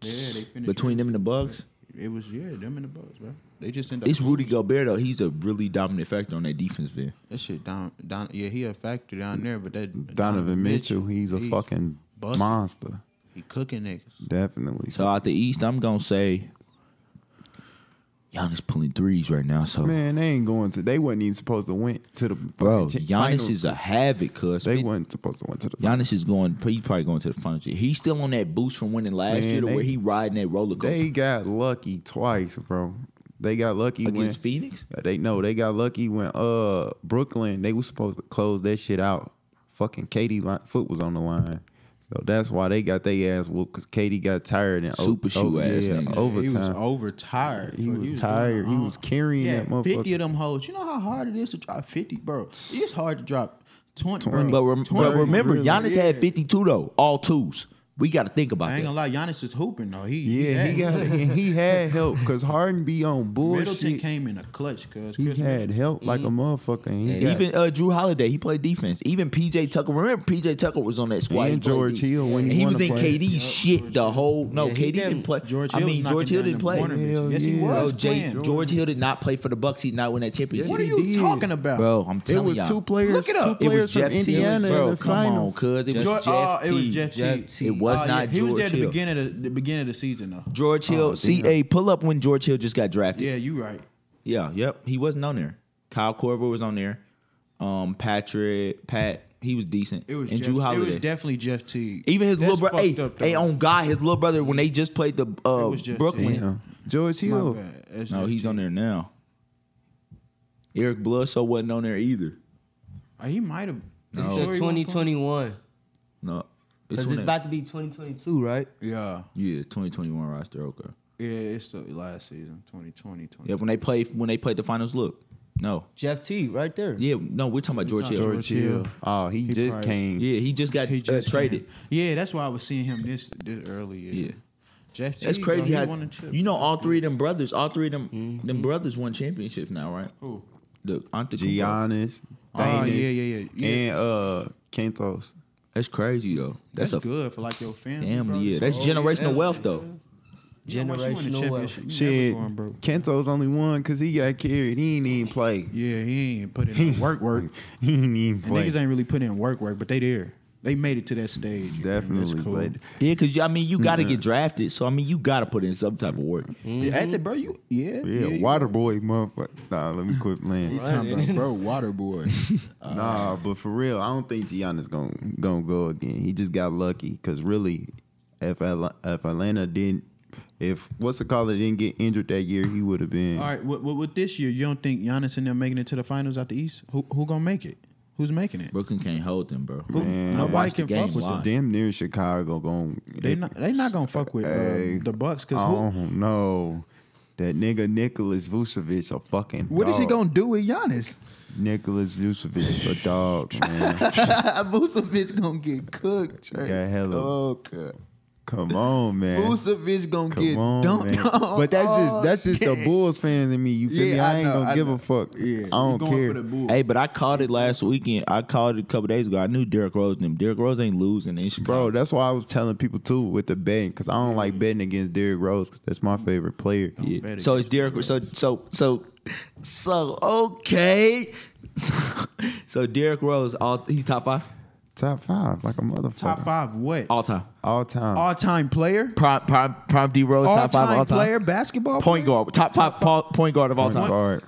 C: Mm-hmm. Yeah, they finished
B: Between them and the Bucks,
C: It was yeah, them and the Bucks, bro. They just ended up.
B: it's Rudy Gobert though. He's a really dominant factor on that defense. There,
C: That shit down, down. Yeah, he a factor down there, but that
E: Donovan Mitchell, he's a fucking
C: busted.
E: monster.
C: He cooking niggas.
E: Definitely.
B: so out the East, I'm gonna say Giannis pulling threes right now. So
E: man, they ain't going to. They wasn't even supposed to win to the
B: bro, Giannis
E: fucking ch- finals.
B: is a havoc. Cause
E: They
B: man,
E: wasn't supposed to win to the. finals.
B: Giannis is going. He's probably going to the finals. He's still on that boost from winning last
E: Man,
B: year to
E: they-
B: where he riding that roller coaster
E: They got lucky twice, bro. They got lucky when
B: against Phoenix.
E: They know they got lucky when uh Brooklyn they was supposed to close that shit out. Fucking Katie line, foot was on the line, so that's why they got their ass whooped because Katie got tired and o-
B: Super shoe ass nigga.
E: overtime.
C: He was overtired.
E: He
C: bro.
E: was
C: doing
E: tired. He
C: all-
E: was carrying
C: yeah,
E: that
C: Fifty
E: motherfucker.
C: of them hoes. You know how hard it is to drop fifty, bro. It's hard to drop twenty.
B: But,
C: Bro.
B: rem- but
E: Twenty,
B: remember,
E: really.
B: Giannis had 52 though, all twos. We got to think about
C: I
B: that.
C: ain't gonna lie, Giannis is hooping though. He
E: yeah, he got and he had help because Harden be on
C: Middleton
E: bullshit.
C: came in a clutch, cuz
E: He
C: Chris
E: had help like a motherfucker. And he
B: And
E: got,
B: Mm-hmm. even uh, Drew Holiday, he played defense. Even PJ Tucker, remember PJ Tucker was on that squad.
E: And
B: he played
E: George
B: D.
E: Hill when he
B: And he
E: wanna
B: was in
E: play.
B: KD's shit the whole. No,
D: Yeah,
B: KD
D: he
B: didn't,
D: didn't.
B: play.
C: George
B: I
C: Hill
B: mean,
C: was
B: George
C: knocking
B: Hill
C: down
B: didn't
C: them
B: play.
C: corner bitches. Yes, he
E: Hell yeah.
B: Bro,
C: was
B: Jay,
C: playing.
B: George Hill did not play for the Bucks. He did not win that championship.
C: What are
E: he
C: you
E: did.
C: talking about,
B: bro? I'm
E: it
B: telling
E: was
B: y'all,
E: two players.
C: Look it
E: two
C: up.
B: It
E: players
B: was Jeff
E: from
B: Teague,
E: Indiana
B: bro.
E: in the
B: come
E: finals.
B: on, cuz it was
C: George-
B: Jeff
C: oh, it was
B: Teague.
C: Jeff
D: Jeff
C: Teague.
D: Teague.
B: It was
C: Oh, yeah,
B: not
C: He was there
B: George
C: at the
B: Hill.
C: beginning of the, the beginning of the season though.
B: George Hill, see a pull up when George Hill just got drafted.
C: Yeah, you right.
B: Yeah, yep. He wasn't on there. Kyle Corver was on there. Um, Patrick, Pat, he was decent.
C: It was
B: and
C: Jeff,
B: Drew Holiday.
C: It was definitely Jeff Teague.
B: Even his
C: That's
B: little brother, hey,
C: fucked up, though.
B: hey, on God, his little brother when they just played the uh,
C: was just-
B: Brooklyn.
E: Damn. George
C: My
E: Hill.
C: bad. That's
B: No,
C: Jeff
B: he's on
C: Teague.
B: there now. Eric Bledsoe wasn't on there either.
C: Uh, He might have.
D: It's
C: You
D: the
C: sure he wasn't
D: 2021.
B: No,
D: Because
B: on
D: it's
B: that-
D: about to be 2022, right?
C: playing? Yeah,
B: yeah, twenty twenty one roster. Okay,
C: yeah. It's the last season, 2020, 20.
B: yeah. When they played when they played the finals, look, no,
D: Jeff T, right there.
B: yeah, no, we're talking about George
C: talking
B: Hill.
C: George-
E: George Hill. Oh, he, just
C: probably-
E: came.
B: Yeah, he just got
C: He
B: uh,
C: just
B: traded.
C: came. Yeah, that's why I was seeing him this this early. Yeah.
B: Yeah.
C: Jeff Teague.
B: That's
C: bro,
B: crazy
C: he
B: how
C: won a chip.
B: you know all three of them brothers, all three of them them brothers won championships now, right?
C: Mm-hmm. Who?
B: The Antetokounmpo.
E: Giannis.
C: Oh, yeah,
E: Thanis,
C: yeah, yeah, yeah.
E: And uh, Kentos.
B: That's crazy though. That's,
C: That's,
B: a
C: good for like your family. bro.
B: family. Yeah,
C: So-
B: that's
C: Oh,
B: generational
D: that's-
B: wealth though.
C: you know what? You win a
D: Generational wealth.
C: championship, you never
E: Shit,
C: going broke.
E: Kento's only one because he got carried. He ain't even play.
C: Yeah, he ain't put in no work. Work.
E: He ain't even
C: And
E: play.
C: niggas ain't really put in work. Work, but they there. They made it to that stage. and that's
E: Definitely,
C: cool.
E: but-
B: Yeah, because I mean, you got to get drafted. So I mean, you got to put in some type of work.
C: Yeah, at the- bro, you yeah
E: Yeah,
C: you-
E: Waterboy, motherfucker. Nah, let me quit playing.
C: you talking about, bro, water boy.
E: nah, but for real, I don't think Giannis gonna gonna go again. He just got lucky because really, if Atla- if Atlanta didn't, if what's the caller didn't get injured that year, he would have been.
C: All right, with, with, with this year, you don't think Giannis and them making it to the finals out the East? Who who gonna make it? Who's making it?
B: Brooklyn can't hold them, bro.
C: Who,
E: Man, I
C: nobody
E: watched
C: can
B: the
C: fuck
B: game
C: with
B: live.
C: them.
E: Damn near Chicago going.
C: They not they not gonna fuck with
E: Hey,
C: uh, the Bucks because
E: Oh no, that nigga Nicholas Vucevic a fucking.
C: what is he
E: dog.
C: gonna do with Giannis?
E: Nicholas Vucevic a dog, man.
C: Vucevic gonna get cooked.
E: Got hella.
C: Okay.
E: Come on, man.
C: Vucevic gonna
E: Come on, man. But that's just that's just the Bulls fans in me. You feel
C: Yeah,
E: me?
C: I
E: I, ain't
C: know,
E: gonna
C: I
E: give
C: know.
E: a fuck.
C: Yeah,
E: I don't care.
B: Hey, but I called it last weekend. I called it a couple days ago. I knew Derrick Rose and them. Derrick Rose ain't losing in
E: Bro,
B: Chicago.
E: that's why I was telling people too with the betting because I don't
C: Mm-hmm.
E: like betting against Derrick Rose because that's my favorite player.
B: Yeah.
C: bet
B: So it's Derrick. So so so so okay. So, so Derrick Rose, all he's top five
E: Top five, like a motherfucker.
C: Top five what?
B: all time.
E: all time.
C: All time player.
B: Prime prime prime D Rose,
C: All
B: top five
C: time
B: all time.
C: player basketball.
B: Point
C: player?
B: guard, top five po- point guard of all
E: Point
B: time.
E: guard.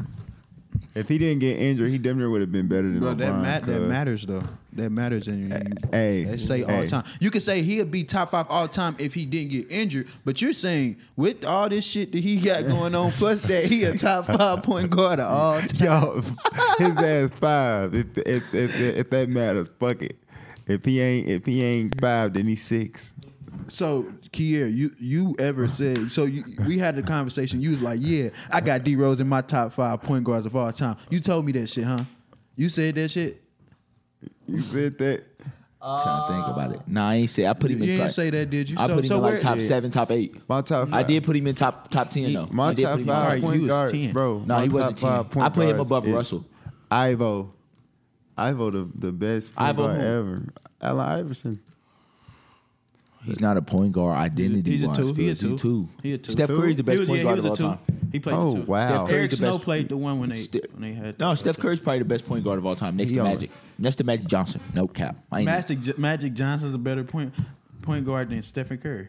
E: If he didn't get injured, he damn near would have been better than
C: Bro, that
E: LeBron,
C: mat, that
E: cuz.
C: matters though. That matters, and you,
E: Hey,
C: they say all
E: hey.
C: time. You could say he'd be top five all time if he didn't get injured, but you're saying with all this shit that he got going on, plus that he a top five point guard of all time.
E: Yo, his ass five. If if if, if that matters, fuck it. If he ain't if he ain't five, then he's six.
C: So, Kier, you you ever said so? You, we had the conversation. You was like, "Yeah, I got D Rose in my top five point guards of all time." You told me that shit, huh? You said that shit.
E: You said that.
B: Trying to think about it. Nah, I ain't say. I put
C: You
B: him in.
C: didn't
B: like-
C: say that, did you?
B: I
C: So-
B: put him
C: so
B: in like
C: where-
B: top
C: Yeah.
B: seven, top eight.
E: My top
B: I
E: five.
B: did put him in top top ten though. I
E: My
B: did
E: top
B: put him in
E: five
C: Alright,
E: point
C: you was
E: guards,
C: 10.
E: bro.
B: No,
E: my
B: he wasn't
E: top
B: 10.
E: five point
B: I put him
E: guards
B: above
E: is
B: Russell.
E: Ivo, Ivo, the the best point
B: Ivo
E: guard
B: who?
E: ever. Allen Iverson.
B: He's not a point guard identity.
C: He's a
B: wise,
C: two. He a
B: cuz
C: two.
B: He's two.
C: He a two.
B: Steph Curry's the best
C: He was-
B: point
C: yeah,
B: guard
C: he
B: of all
C: was a
B: time.
C: two. He played.
E: Oh
C: two.
E: wow,
B: Curry-
C: Eric
B: the
C: Snow
B: best-
C: played the one when they
B: Ste-
C: when they had
B: No, Steph Curry's probably the best point guard of all time, next
E: He
B: to
E: don't-
B: Magic, next to Magic Johnson. No cap. I ain't
C: Magic J- Magic Johnson's a better point point guard than Stephen Curry.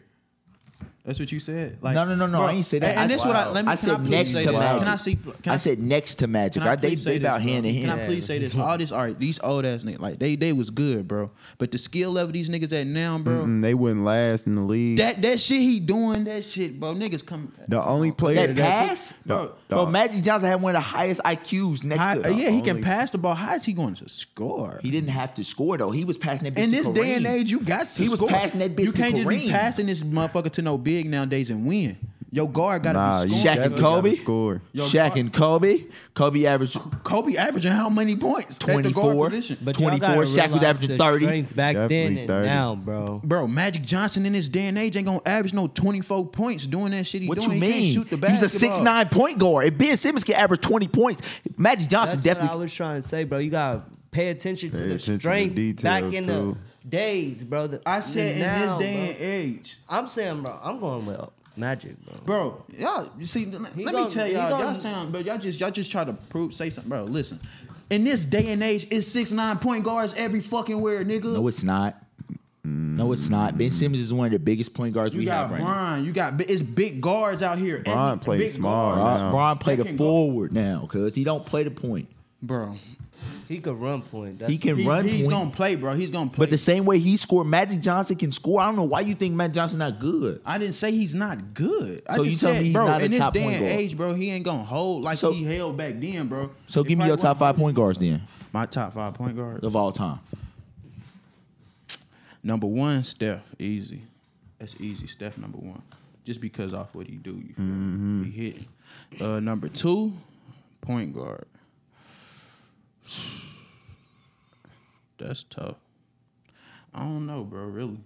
C: That's what you said. Like
B: no, no, no, no. I ain't say that.
C: And, and this what I let me.
B: I
C: can I
B: said
C: please
B: next
C: say
B: to
C: this?
B: Magic.
C: Can I see? Can
B: I said next to Magic.
C: Can I
B: I, they
C: please say
B: they
C: this,
B: about
C: bro?
B: hand in
C: Can I
B: hand.
C: please say this? All this, all right, these old ass niggas, like they they was good, bro. But the skill level these niggas at now, bro,
E: Mm, they wouldn't last in the league.
C: that that shit he doing, that shit, bro. Niggas come.
E: the only player
B: That
E: that-
B: pass,
E: No,
B: bro.
E: dog.
B: Magic Johnson had one of the highest IQs next
C: How-
B: to.
C: uh, yeah, he can
E: only-
C: pass the ball. How is he going to score?
B: He didn't have to score though. He was passing that. Bitch
C: In
B: to
C: this day and
B: Kareem.
C: age, you got to
B: He was
C: score.
B: passing that bitch
C: You
B: to
C: can't just be
B: Kareem.
C: passing this motherfucker to no big nowadays and win. Your guard got to
E: Nah,
C: be
E: you
C: scoring.
B: Shaq and
E: definitely gotta
B: Kobe?
E: score.
C: Yo,
B: Shaq
C: God.
B: and Kobe. Kobe averaged
C: Kobe averaging how many points at the guard
B: 24.
C: position?
D: But y'all
B: 24,
D: gotta
B: Shaq was
D: realize
B: averaging
D: the
B: 30.
D: strength back then
E: Definitely
D: and
E: 30.
D: now, bro.
C: Bro, Magic Johnson in this day and age ain't gonna average no 24 points doing that shit he
B: What
C: doing.
B: you
C: He
B: mean?
C: can't shoot the
B: He's
C: basketball.
B: a six nine point guard. If Ben Simmons can average twenty points, Magic Johnson
D: That's what I
B: definitely.
D: was trying to say, bro. You gotta pay attention to
E: Pay
D: the
E: attention to
D: strength
E: details,
D: back in
E: too.
D: the days, bro. The-
C: I said in
D: now,
C: this day
D: bro.
C: and age.
D: I'm saying, bro. I'm going with Magic, bro.
C: Bro, y'all, you see, let me
D: gonna-
C: tell
D: he
C: y'all,
D: gonna-
C: y'all sound, but y'all just y'all just try to prove say something, bro. Listen, in this day and age, it's six nine point guards every fucking where, nigga.
B: No, it's not. No, it's not. Ben Simmons is one of the biggest point guards
C: you
B: we
C: got
B: have right now.
C: Brian, you got bi- it's big guards out here.
E: Bron
C: Every-
E: plays
C: big
E: small,
C: guards.
E: right?
B: Bron,
E: now.
B: Bron played
C: They
B: a
C: can go-
B: forward now because he don't play the point.
C: bro.
D: He could run point. That's
B: He can
C: He,
B: run
C: he's
B: point,
C: gonna play, bro. He's gonna play.
B: but the same way he scored, Magic Johnson can score. I don't know why you think Magic Johnson not good.
C: I didn't say he's not good. I
B: So
C: just
B: you
C: said,
B: telling me he's
C: bro,
B: not a
C: in this
B: top
C: day
B: point
C: and
B: guard?
C: age, bro, he ain't gonna hold like
B: So-
C: he held back then, bro.
B: So
C: It
B: give me
C: probably
B: your top
C: wasn't-
B: five point guards then
C: My top five point guard.
B: of all time.
C: Number one, Steph. Easy. That's easy. Steph number one. Just because off what he do, you feel
B: Mm-hmm.
C: me? he hit. Uh, number two, point guard. That's tough. I don't know, bro. Really,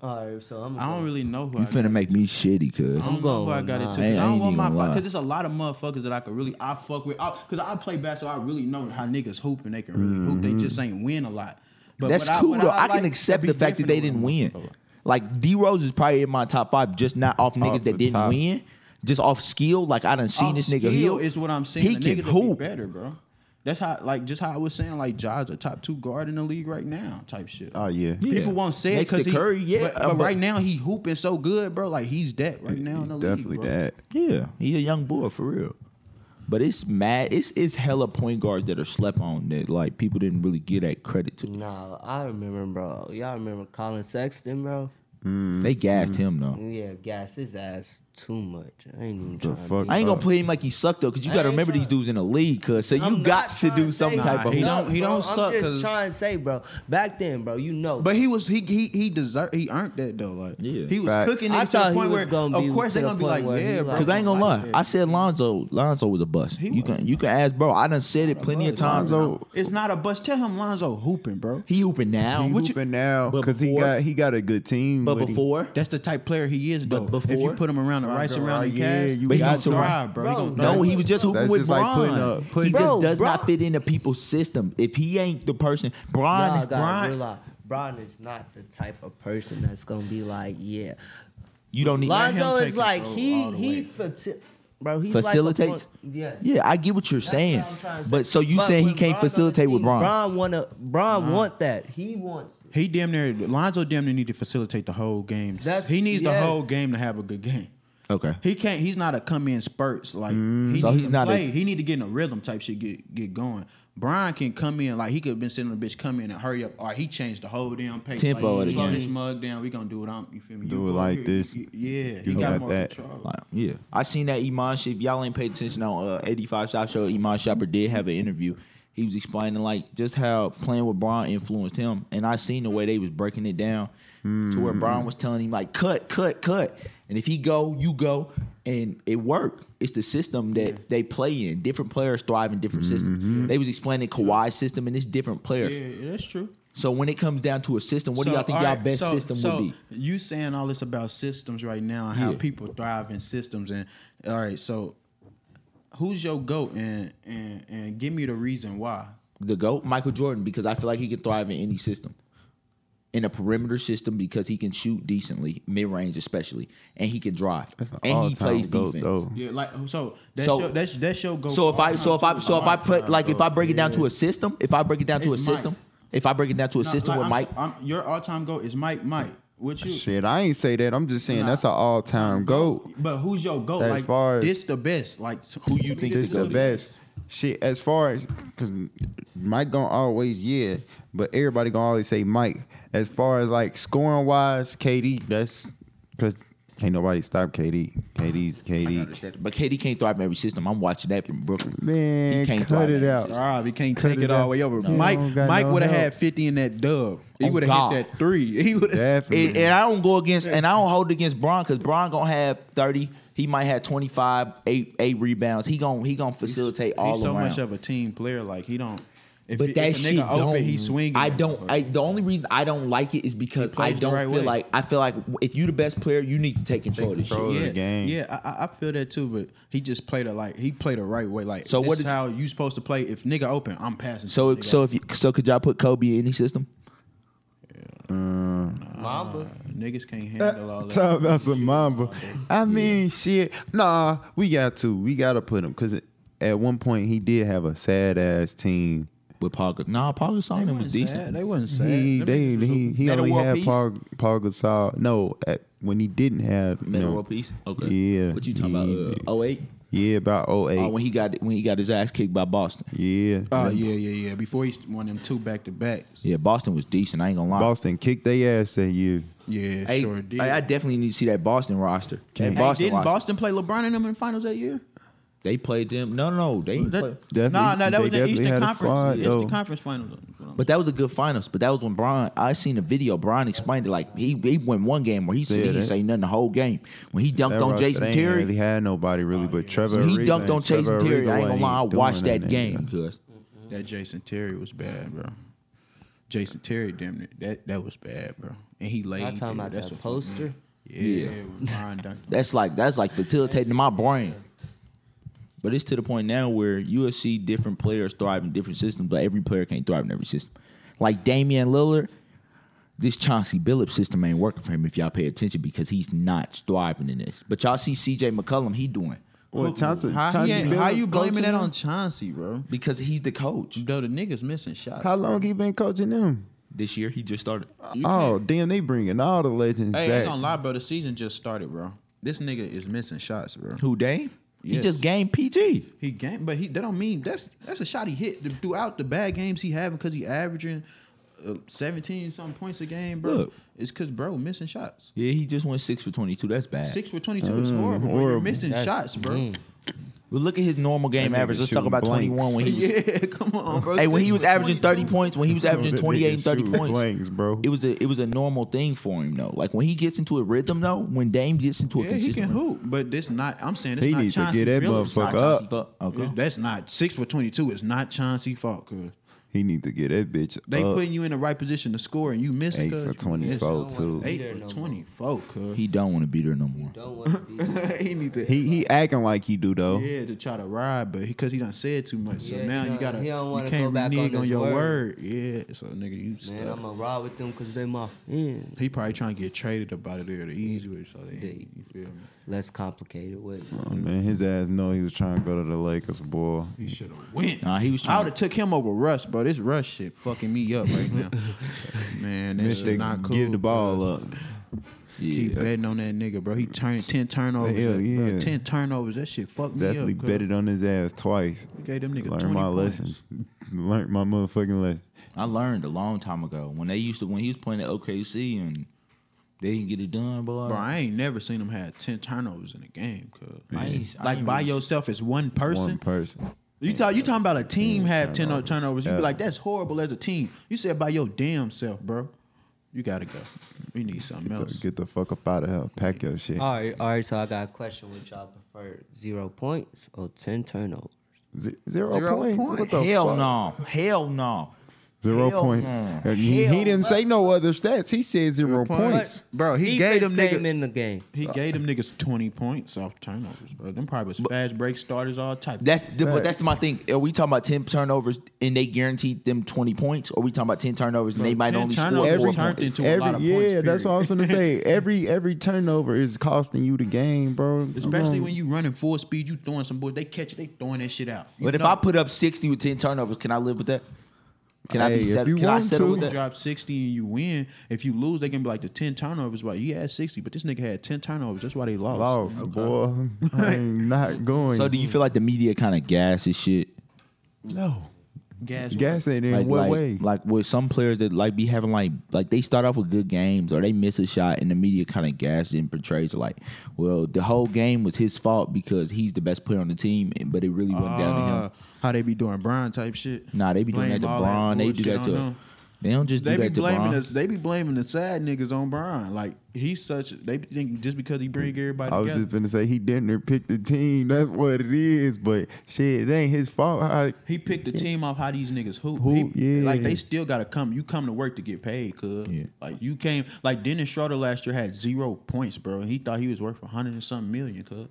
D: All right, so I'm.
C: I don't really know who
B: You
C: I
B: finna make me shitty, cuz.
C: I don't
D: I'm
C: know who
D: going
C: I got it to.
D: nine.
C: 'cause
B: Hey, I
C: I don't
B: ain't
C: want my
B: even gonna
C: fuck.
B: lie.
C: Cause there's a lot of motherfuckers that I could really I fuck with. I, Cause I play basketball, I really know how niggas hoop and they can really hoop. They just ain't win a lot. But
B: Mm-hmm. That's
C: what
B: cool
C: what
B: though. I,
C: like
B: can
C: to
B: accept
C: be
B: the fact that they didn't
C: different with
B: win.
C: a motherfucker.
B: Like D Rose is probably in my top five, just not off niggas
E: the
B: that didn't
E: top.
B: win, just off skill. Like I done seen
C: Off
B: this nigga
C: skill
B: heal.
C: is what I'm saying.
B: He
C: the
B: can
C: niggas will be
B: hoop.
C: better, bro. That's how, like, just how I was saying, like, Ja's a top two guard in the league right now, type shit.
E: Oh yeah.
C: People won't say it
B: Next to
C: because
B: Curry, yeah,
C: But,
B: uh,
C: but
B: but-
C: right now he hooping so good, bro. Like he's that right now in the
E: Definitely
C: league, bro.
E: that.
B: Yeah, he's a young boy for real. But it's mad. It's it's hella point guards that are slept on that like people didn't really give that credit to.
D: Nah, I remember, bro. Y'all remember Colin Sexton, bro?
B: They gassed him though.
D: Yeah, gas his ass too much. I ain't even
E: The
D: trying.
E: fuck?
B: I ain't
C: Uh,
B: gonna play him like he sucked though, cause you
D: I
B: gotta
D: ain't
B: remember these
D: trying-
B: dudes in the league, cause so you got to do some type of.
C: he
B: hoop.
C: don't- he don't suck
D: I'm
C: 'cause-
D: just trying to say, bro. Back then, bro, you know.
C: But he was he he he deserved he earned that though. Like
B: Yeah.
C: he was
E: Fact.
C: cooking
D: I
C: it to the
D: thought he
C: point
D: was
C: where
D: gonna be
C: of course
D: to
C: they're
D: the
C: gonna be
D: point
C: like,
D: where he
C: yeah,
D: like-
C: bro.
B: Cause I ain't gonna lie,
C: Like,
B: I said Lonzo. Lonzo was a bust. You can you can ask, bro. I done said it plenty of times.
E: Lonzo-
C: it's not a bust. Tell him Lonzo hooping, bro.
B: He hooping now.
E: He
B: What you-
E: hooping now
B: but
E: because he
B: before-
E: got he got a good team.
B: but
E: with him.
B: before
C: That's the type player he is, though.
B: But
C: if you
B: before-
C: put him around the rice,
E: Lonzo,
C: around the
E: oh, yeah,
C: cash,
E: you
C: he
E: got
C: gonna
E: to.
C: thrive, bro. He
D: Bro,
C: gonna
B: No,
D: That's-
B: he was just hooping
E: that's
B: with
E: just
B: Bron.
E: like putting up-
B: he
E: putting-
B: just
D: Bro,
B: does not
D: Bron-
B: fit into people's system. If he ain't the person, Bron,
D: Y'all gotta
B: Bron,
D: realize, Bron is not the type of person that's gonna be like, yeah.
B: you don't need.
C: him
D: Lonzo
C: take
D: is
C: it,
D: like
C: bro,
D: he
C: all the
D: he
C: way.
D: faci- bro he's
B: Facilitates?
D: Like a point, yes.
B: Yeah, I get what you're
D: That's
B: saying,
D: what I'm trying to
B: but
D: say.
B: so you
D: But
B: saying he
D: when
B: can't
D: Bron's on
B: facilitate
D: the
B: with
D: team,
B: Bron?
D: Bron wanna Bron want that. He wants.
C: He damn near Lonzo damn near need to facilitate the whole game.
D: That's-
C: he needs
D: yes.
C: the whole game to have a good game.
B: Okay,
C: He can't. He's not a come in spurts like.
E: Mm.
C: He
B: So
C: need
B: he's
C: to
B: not a-
C: play. he need to get in a rhythm type shit. Get get going. Brian can come in like he could have been sitting on the bitch. Come in and hurry up. All right, he changed the whole damn pace.
B: Tempo
C: like,
B: of the
C: slow
B: game.
C: this mug down. We gonna do it. I'm. You feel me?
E: Do
C: You
E: it
C: go
E: like
C: here,
E: this.
C: you- yeah, he
E: You
C: got
E: got
C: more
E: that.
C: control.
B: Like, yeah, I seen that Iman shit. If y'all ain't paid attention on uh, 85 Shop Show, Iman Shopper did have an interview. He was explaining like just how playing with Bron influenced him, and I seen the way they was breaking it down to where
D: Hmm.
B: Bron was telling him like cut, cut, cut, and if he go, you go, and it worked. It's the system that they play in. Different players thrive in different
D: Mm-hmm.
B: systems. They was explaining Kawhi's system and it's different players.
C: yeah, that's true.
B: So when it comes down to a system, what
C: So,
B: do y'all think
C: all
B: y'all
C: right,
B: best
C: so-
B: system
C: so
B: would be?
C: You saying all this about systems right now and how
B: Yeah.
C: people thrive in systems and all right, so who's your goat and and and give me the reason why.
B: the GOAT, Michael Jordan, because I feel like he can thrive in any system. In a perimeter system because he can shoot decently, mid range especially, and he can drive.
E: That's an
B: And he
E: all-time
B: plays
E: GOAT,
B: defense.
E: though.
C: Yeah, like so that's
B: So-
C: your that's that's your goat.
B: So if I so if I so if I put like if I break it down to
C: a
B: a system, if I break it down to a
C: It's Mike.
B: system, if I break it down to a system with Mike,
C: I'm, your all time goat is Mike Mike. What you
E: Shit, I ain't say that. I'm just saying
C: Nah.
E: that's an all time goat.
C: but who's your goat?
E: As
C: like
E: far as-
C: this the best. Like who you think
E: This is the best. Shit, as far as because Mike gonna always yeah, but everybody gonna always say Mike. As far as like scoring wise, KD, that's because can't nobody stop KD. KD's KD.
B: but KD can't thrive in every system. I'm watching that from Brooklyn.
E: Man, cut
B: thrive in
E: it
B: every
E: out.
B: system.
C: Rob, he can't
E: Cut
C: take
E: it
C: it all
E: out.
C: the way over.
E: No.
C: Mike,
E: Don't got
C: Mike
E: no
C: would have
E: help.
C: had fifty in that dub. He
B: Oh,
C: would have
B: God.
C: hit that three. He would have.
E: Definitely.
B: And, and I don't go against, and I don't hold against Bron because Bron gonna have thirty. He might have 25, eight, eight rebounds. He gonna he gonna facilitate all
C: He's so
B: around.
C: much of a team player. Like he don't. If,
B: But
C: if
B: that
C: a nigga
B: shit
C: open,
B: don't.
C: he swinging.
B: I don't. I, the only reason I don't like it is because
C: He
B: I
C: plays the
B: don't
C: right
B: feel
C: way.
B: like I feel like if you the best player, you need to take control of this shit.
E: control. of the
C: yeah,
E: game.
C: Yeah, I- I, I feel that too. But he just played it like he played the right way. Like
B: So
C: this
B: what
C: is
B: is-
C: how you supposed to play? If nigga open, I'm passing. to
B: So
C: nigga.
B: so if you, so could y'all put Kobe in any system?
D: Mamba.
C: niggas can't handle all that.
E: Uh, Talk about some mamba. I mean, shit. Nah, we got to. We got to put him because at one point he did have a sad ass team.
B: With Paul, Gas- nah, Paul Gasol and him was decent.
C: Sad. They wasn't sad.
E: He
C: Them
E: they,
C: niggas was
E: he, he
B: Metal
E: only
B: World
E: had
B: Peace?
E: Paul, Paul Gasol. No, at, when he didn't have you
B: Metal
E: know,
B: World Peace. Okay.
E: Yeah,
B: What you talking
E: yeah.
B: about? Uh, 08?
E: Yeah, about 08.
B: Oh, when he got when he got his ass kicked by Boston.
E: yeah.
C: Oh yeah, yeah, yeah. Before he won them two back to backs.
B: Yeah, Boston was decent. I ain't gonna lie.
E: Boston kicked their ass that year.
C: Yeah,
B: Hey,
C: sure did.
B: I, I definitely need to see that Boston roster. That
C: Hey,
B: Boston
C: didn't
B: roster.
C: Boston play LeBron and them in finals that year?
B: They played them. No, no, they ain't play.
C: That,
E: Definitely-
C: nah, nah,
E: they
C: that was the
E: definitely
C: Eastern
E: had a
C: Conference.
E: squad,
C: the
E: though.
C: Eastern Conference finals.
B: But that was a good finals. But that was when Brian. I seen a video. Brian explained it like he he went one game where he said
E: Yeah,
B: he didn't
E: that-
B: say nothing the whole game when he
E: That
B: dunked on
E: roster,
B: Jason
E: they
B: Terry.
E: ain't really had nobody really
C: Oh,
E: but Trevor.
B: when he
E: Ariza
B: dunked
E: and
B: on Jason
E: Trevor
B: Terry.
E: Ariza
B: I ain't gonna lie. I
E: wasn't
B: watched
E: doing
B: that
E: nothing.
B: game because
C: That Jason Terry was bad, bro. Jason Terry, damn it, that that was bad, bro. And he laid.
D: Y'all talking
C: there.
D: about
C: That's
D: that
C: what-
D: poster?
C: Yeah, Brian Duncan.
B: that's like that's like facilitating my brain. But it's to the point now where you'll see different players thrive in different systems, but every player can't thrive in every system. Like Damian Lillard, this Chauncey Billups system ain't working for him if y'all pay attention because he's not thriving in this. But y'all see CJ McCollum, he doing
E: Well,
C: Hook-
E: Chauncey,
C: how,
E: Chauncey
C: yeah,
E: been
C: how you blaming
E: coaching
C: that
E: them?
C: on Chauncey, bro?
B: because he's the coach.
C: Though the niggas missing shots.
E: How long he been coaching them?
B: This year he just started.
C: You
E: Oh,
C: can't-
E: damn, they bringing all the legends
C: hey, I ain't
E: back.
C: gonna lie, bro. The season just started, bro. This nigga is missing shots, bro.
B: Who Dame? He
C: Yes.
B: just gained PG.
C: He game, but he that don't mean that's that's a shot he hit th- throughout the bad games he having because he averaging uh, seventeen something points a game, bro.
B: Look.
C: It's because bro missing shots.
B: Yeah, he just went six for twenty two. That's bad.
C: Six for twenty two is horrible. bro. You're
E: Mm, horrible.
C: missing shots, bro.
B: Well, look at his normal game
E: That nigga
B: average. Let's talk
E: shooting
B: about
E: blanks.
B: twenty one when he was
C: Yeah, come on, bro.
B: Hey, when he was averaging 30
C: 22.
B: points, when he was averaging
E: that nigga
B: 28 and 30
E: shoot
B: points,
E: blanks, bro.
B: it was a it was a normal thing for him though. Like when he gets into a rhythm though, when Dame gets into a
C: Yeah, he
B: consistent
C: can
B: rhythm-
C: hoop, but this not. I'm saying this
E: He
C: not
E: need to
C: Chauncey
E: get that
C: Billups.
E: motherfucker
C: Not Chauncey
E: up.
C: Billups.
B: Okay.
C: That's not six for twenty two. It's not Chauncey fault, cause
E: He need to get that bitch
C: they
E: up
C: putting you in the right position to score and you missing.
E: Uh, eight
C: cuz.
E: for
C: You
E: twenty
C: missing.
E: four
D: Yes, I
E: too.
D: want it.
C: Eight
D: There
C: for
D: no more.
C: twenty four, cuz.
B: He don't want to be there no more.
D: Don't want to be.
C: he need to.
E: He he acting like he do though.
C: Yeah, to try to ride, but because he, done said too much, so
D: Yeah,
C: now
D: he
C: you
D: don't-
C: gotta
D: he don't
C: you
D: wanna
C: can't
D: go back
C: renege
D: on
C: on
D: his
C: your word.
D: word.
C: Yeah, so nigga, you stuck.
D: Man, I'ma ride with them because they my friends.
C: he probably trying to get traded about it there the easy way, so they,
D: They-
C: you feel me?
D: Less complicated with.
E: Oh, man, his ass know he was trying to go to the Lakers, boy.
C: He should have went.
B: Nah, he was
C: I
B: trying.
C: would have took him over Russ, bro. This Russ shit fucking me up right now. Man, that's
E: Miss they
C: not cool.
E: give the ball
C: bro.
E: up.
C: Keep betting on that nigga, bro. He turned ten turnovers.
E: Hell,
C: up, bro.
E: yeah.
C: Ten turnovers. That shit fucked me
E: Definitely
C: up. cuz.
E: betted on his ass twice.
C: Gave them niggas
E: Learned
C: 20
E: my
C: points.
E: lesson. Learned my motherfucking lesson.
B: I learned a long time ago when they used to when he was playing at OKC and they didn't get it done, boy.
C: Bro, I ain't never seen him have ten turnovers in a game, cuz.
B: I ain't- I
C: Like
B: ain't
C: by
B: really-
C: yourself as one person.
E: One person.
C: You talk, you talking about a team have ten turnovers. turnovers. You
E: Yeah.
C: be like, that's horrible as a team. You said by your damn self, bro. You gotta go. We need something else.
E: Get the fuck up out of here. Pack your shit.
C: Uh,
D: All right, all right. So I got a question. Would y'all prefer zero points or ten turnovers?
E: Ze- Zero, points. What the
B: Hell
E: fuck?
B: no. Hell no.
E: Zero
B: Hell
E: points.
B: no.
E: And he, he
B: Hell
E: didn't say no other stats. He said zero points.
C: Bro, he
D: Defense
C: gave them
D: came
C: niggas.
D: in the game.
C: He gave them niggas twenty points off turnovers, bro. Them probably was fast break starters, all type.
B: That's the, but that's my thing. Are we talking about ten turnovers and they guaranteed them twenty points? Or are we talking about ten turnovers and they might
C: 10
B: only score
C: turnovers
B: four
E: Every
C: turned
B: points?
C: into a
E: every
C: lot of
E: yeah,
C: points.
E: that's what I was
C: period.
E: gonna say. Every every turnover is costing you the game, bro.
C: Especially
E: Um,
C: when you running full speed, you throwing some boys. They catch it, they throwing that shit out. You
B: But if
C: know,
B: I put up sixty with ten turnovers, can I live with that? Can I
E: Hey,
B: be
E: if
B: set,
E: you
B: Can I
E: want
B: settle
E: to-
B: with
C: you
B: that?
C: drop sixty and you win, if you lose, they can be like the ten turnovers. Why you had sixty, but this nigga had ten turnovers. That's why they lost.
E: lost, boy. I ain't not going.
B: So do you feel like the media kind of gasses shit?
C: No, gas.
E: gas it in
B: Like,
E: what
B: like,
E: way?
B: like with some players that like be having like like they start off with good games or they miss a shot and the media kind of gasses and portrays it like, well, the whole game was his fault because he's the best player on the team, and- but it really went down to
C: Uh,
B: him.
C: How they be doing Brian type shit?
B: Nah, they be doing that to
C: blame all that
B: Bron. They do
C: bullshit
B: that
C: on
B: to.
C: him.
B: They don't just
C: They
B: do
C: be
B: that to
C: blaming
B: Bron.
C: us. They be blaming the sad niggas on Brian. Like he's such. They be thinking just because he bring everybody
E: I was
C: together,
E: just gonna say he didn't pick the team. That's what it is. But shit, it ain't his fault. I,
C: he picked the team off how these niggas hoop.
E: Hoop,
C: He-
E: yeah.
C: Like they still gotta come. You come to work to get paid, cuz.
B: Yeah.
C: Like you came. Like Dennis Schroeder last year had zero points, bro. And he thought he was worth a hundred and something million, cuz.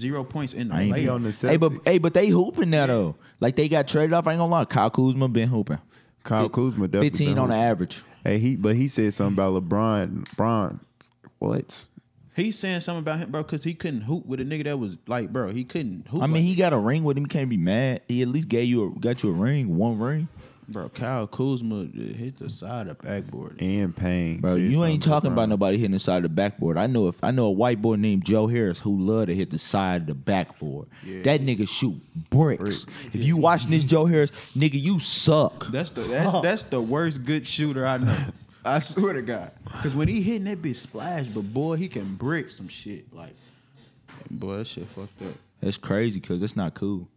C: Zero points in the
B: I ain't
E: He
C: layup.
E: on the
B: Hey, but
E: Celtics.
B: hey, but they hooping now though. Like they got traded off. I ain't gonna lie. Kyle Kuzma been hooping.
E: Kyle Kuzma definitely
B: Fifteen
E: been
B: on the
E: hooping.
B: average.
E: Hey, he but he said something about LeBron. LeBron, what?
C: He's saying something about him, bro, because he couldn't hoop with a nigga that was like, bro, he couldn't hoop.
B: I mean,
C: like
B: he got a ring with him. He can't be mad. He at least gave you a, got you a ring, one ring.
C: Bro, Kyle Kuzma hit the side of backboard.
E: And pain.
B: Bro,
E: Said
B: you ain't
E: something
B: talking about
E: LeBron.
B: nobody hitting the side of the backboard. I know if I know a white boy named Joe Harris who love to hit the side of the backboard. That nigga shoot bricks. If you watching this Joe Harris, nigga, you suck.
C: That's the that's, that's the worst good shooter I know. I swear to God. Cause when he hitting that bitch splash, but boy, he can brick some shit. Like, boy, that shit fucked up.
B: That's crazy because that's not cool.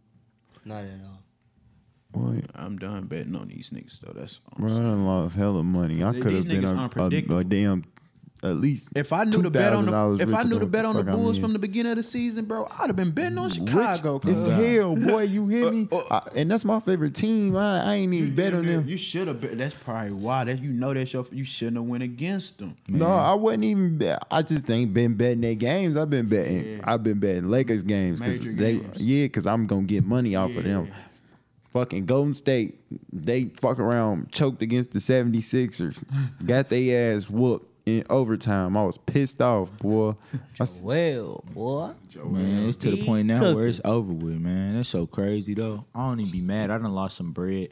D: Not at all.
E: What?
C: I'm done betting on these niggas though. That's all I'm
E: Bro, I
C: saying.
E: done lost hella money. I
C: These
E: could have been
C: niggas
E: a, a,
C: unpredictable.
E: a damn at least.
C: If I knew the bet on
E: $2,000
C: the if I
E: richer
C: knew the
E: than
C: bet on the
E: fuck I'm
C: Bulls
E: in.
C: from the beginning of the season, bro, I'd have been betting on Chicago.
E: Rich
C: cuz.
E: as Oh, hell, boy. You hear me? I- and that's my favorite team. I, I ain't even bet on them.
C: Uh, You should have bet. That's probably why. That you know that's your. You shouldn't have went against them.
E: No, I wasn't even. Bet. I just ain't been betting their games. I've been betting. I've been betting Lakers games because
C: Major
E: they,
C: games.
E: yeah, because I'm gonna get money off of them.
C: Yeah.
E: Fucking Golden State, they fuck around, choked against the 76ers, got their ass whooped. in overtime. I was pissed off, boy. I s-
D: Well, boy.
B: Man, it's to the
D: Be
B: point now where it's
D: cooking.
B: over with, man. That's so crazy though. I don't even be mad. I done lost some bread.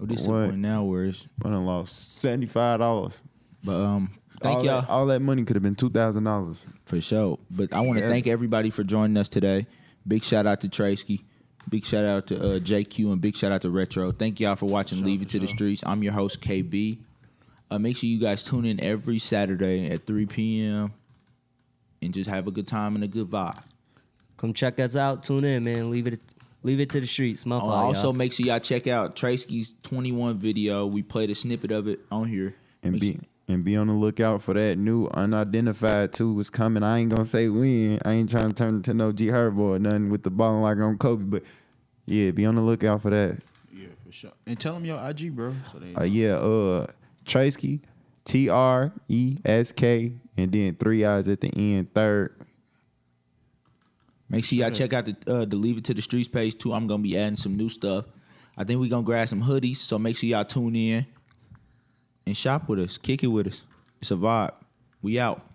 B: Oh, this is the
E: What?
B: point now where it's.
E: I done lost seventy five dollars.
B: But um, thank
E: all
B: y'all
E: That, all that money could have been two thousand dollars.
B: for sure. But I want to
E: Yeah.
B: thank everybody for joining us today. Big shout out to Tracy. Big shout out to uh, JQ and big shout out to Retro. Thank y'all for watching Leave It to the Streets. I'm your host KB. Uh, make sure you guys tune in every Saturday at 3 p.m. and just have a good time and a good vibe.
D: Come check us out. Tune in, man. Leave it leave it to the streets. My
B: Oh,
D: fault.
B: also,
D: y'all.
B: make sure y'all check out Tracy's 21 video. We played a snippet of it on here.
E: And
B: Make
E: be
B: sure-
E: and be on the lookout for that new unidentified two was coming. I ain't gonna say when. I ain't trying to turn into no G Herbo or nothing with the ball like on Kobe, but yeah, be on the lookout for that.
C: Yeah, for sure. And tell them your IG, bro. So they
E: Uh, yeah, uh Tresky, T R E S K, and then three eyes at the end, third.
B: Make sure y'all check out the uh, the Leave It to the Streets page too. I'm gonna be adding some new stuff. I think we gonna grab some hoodies, so make sure y'all tune in and shop with us, kick it with us. It's a vibe. We out.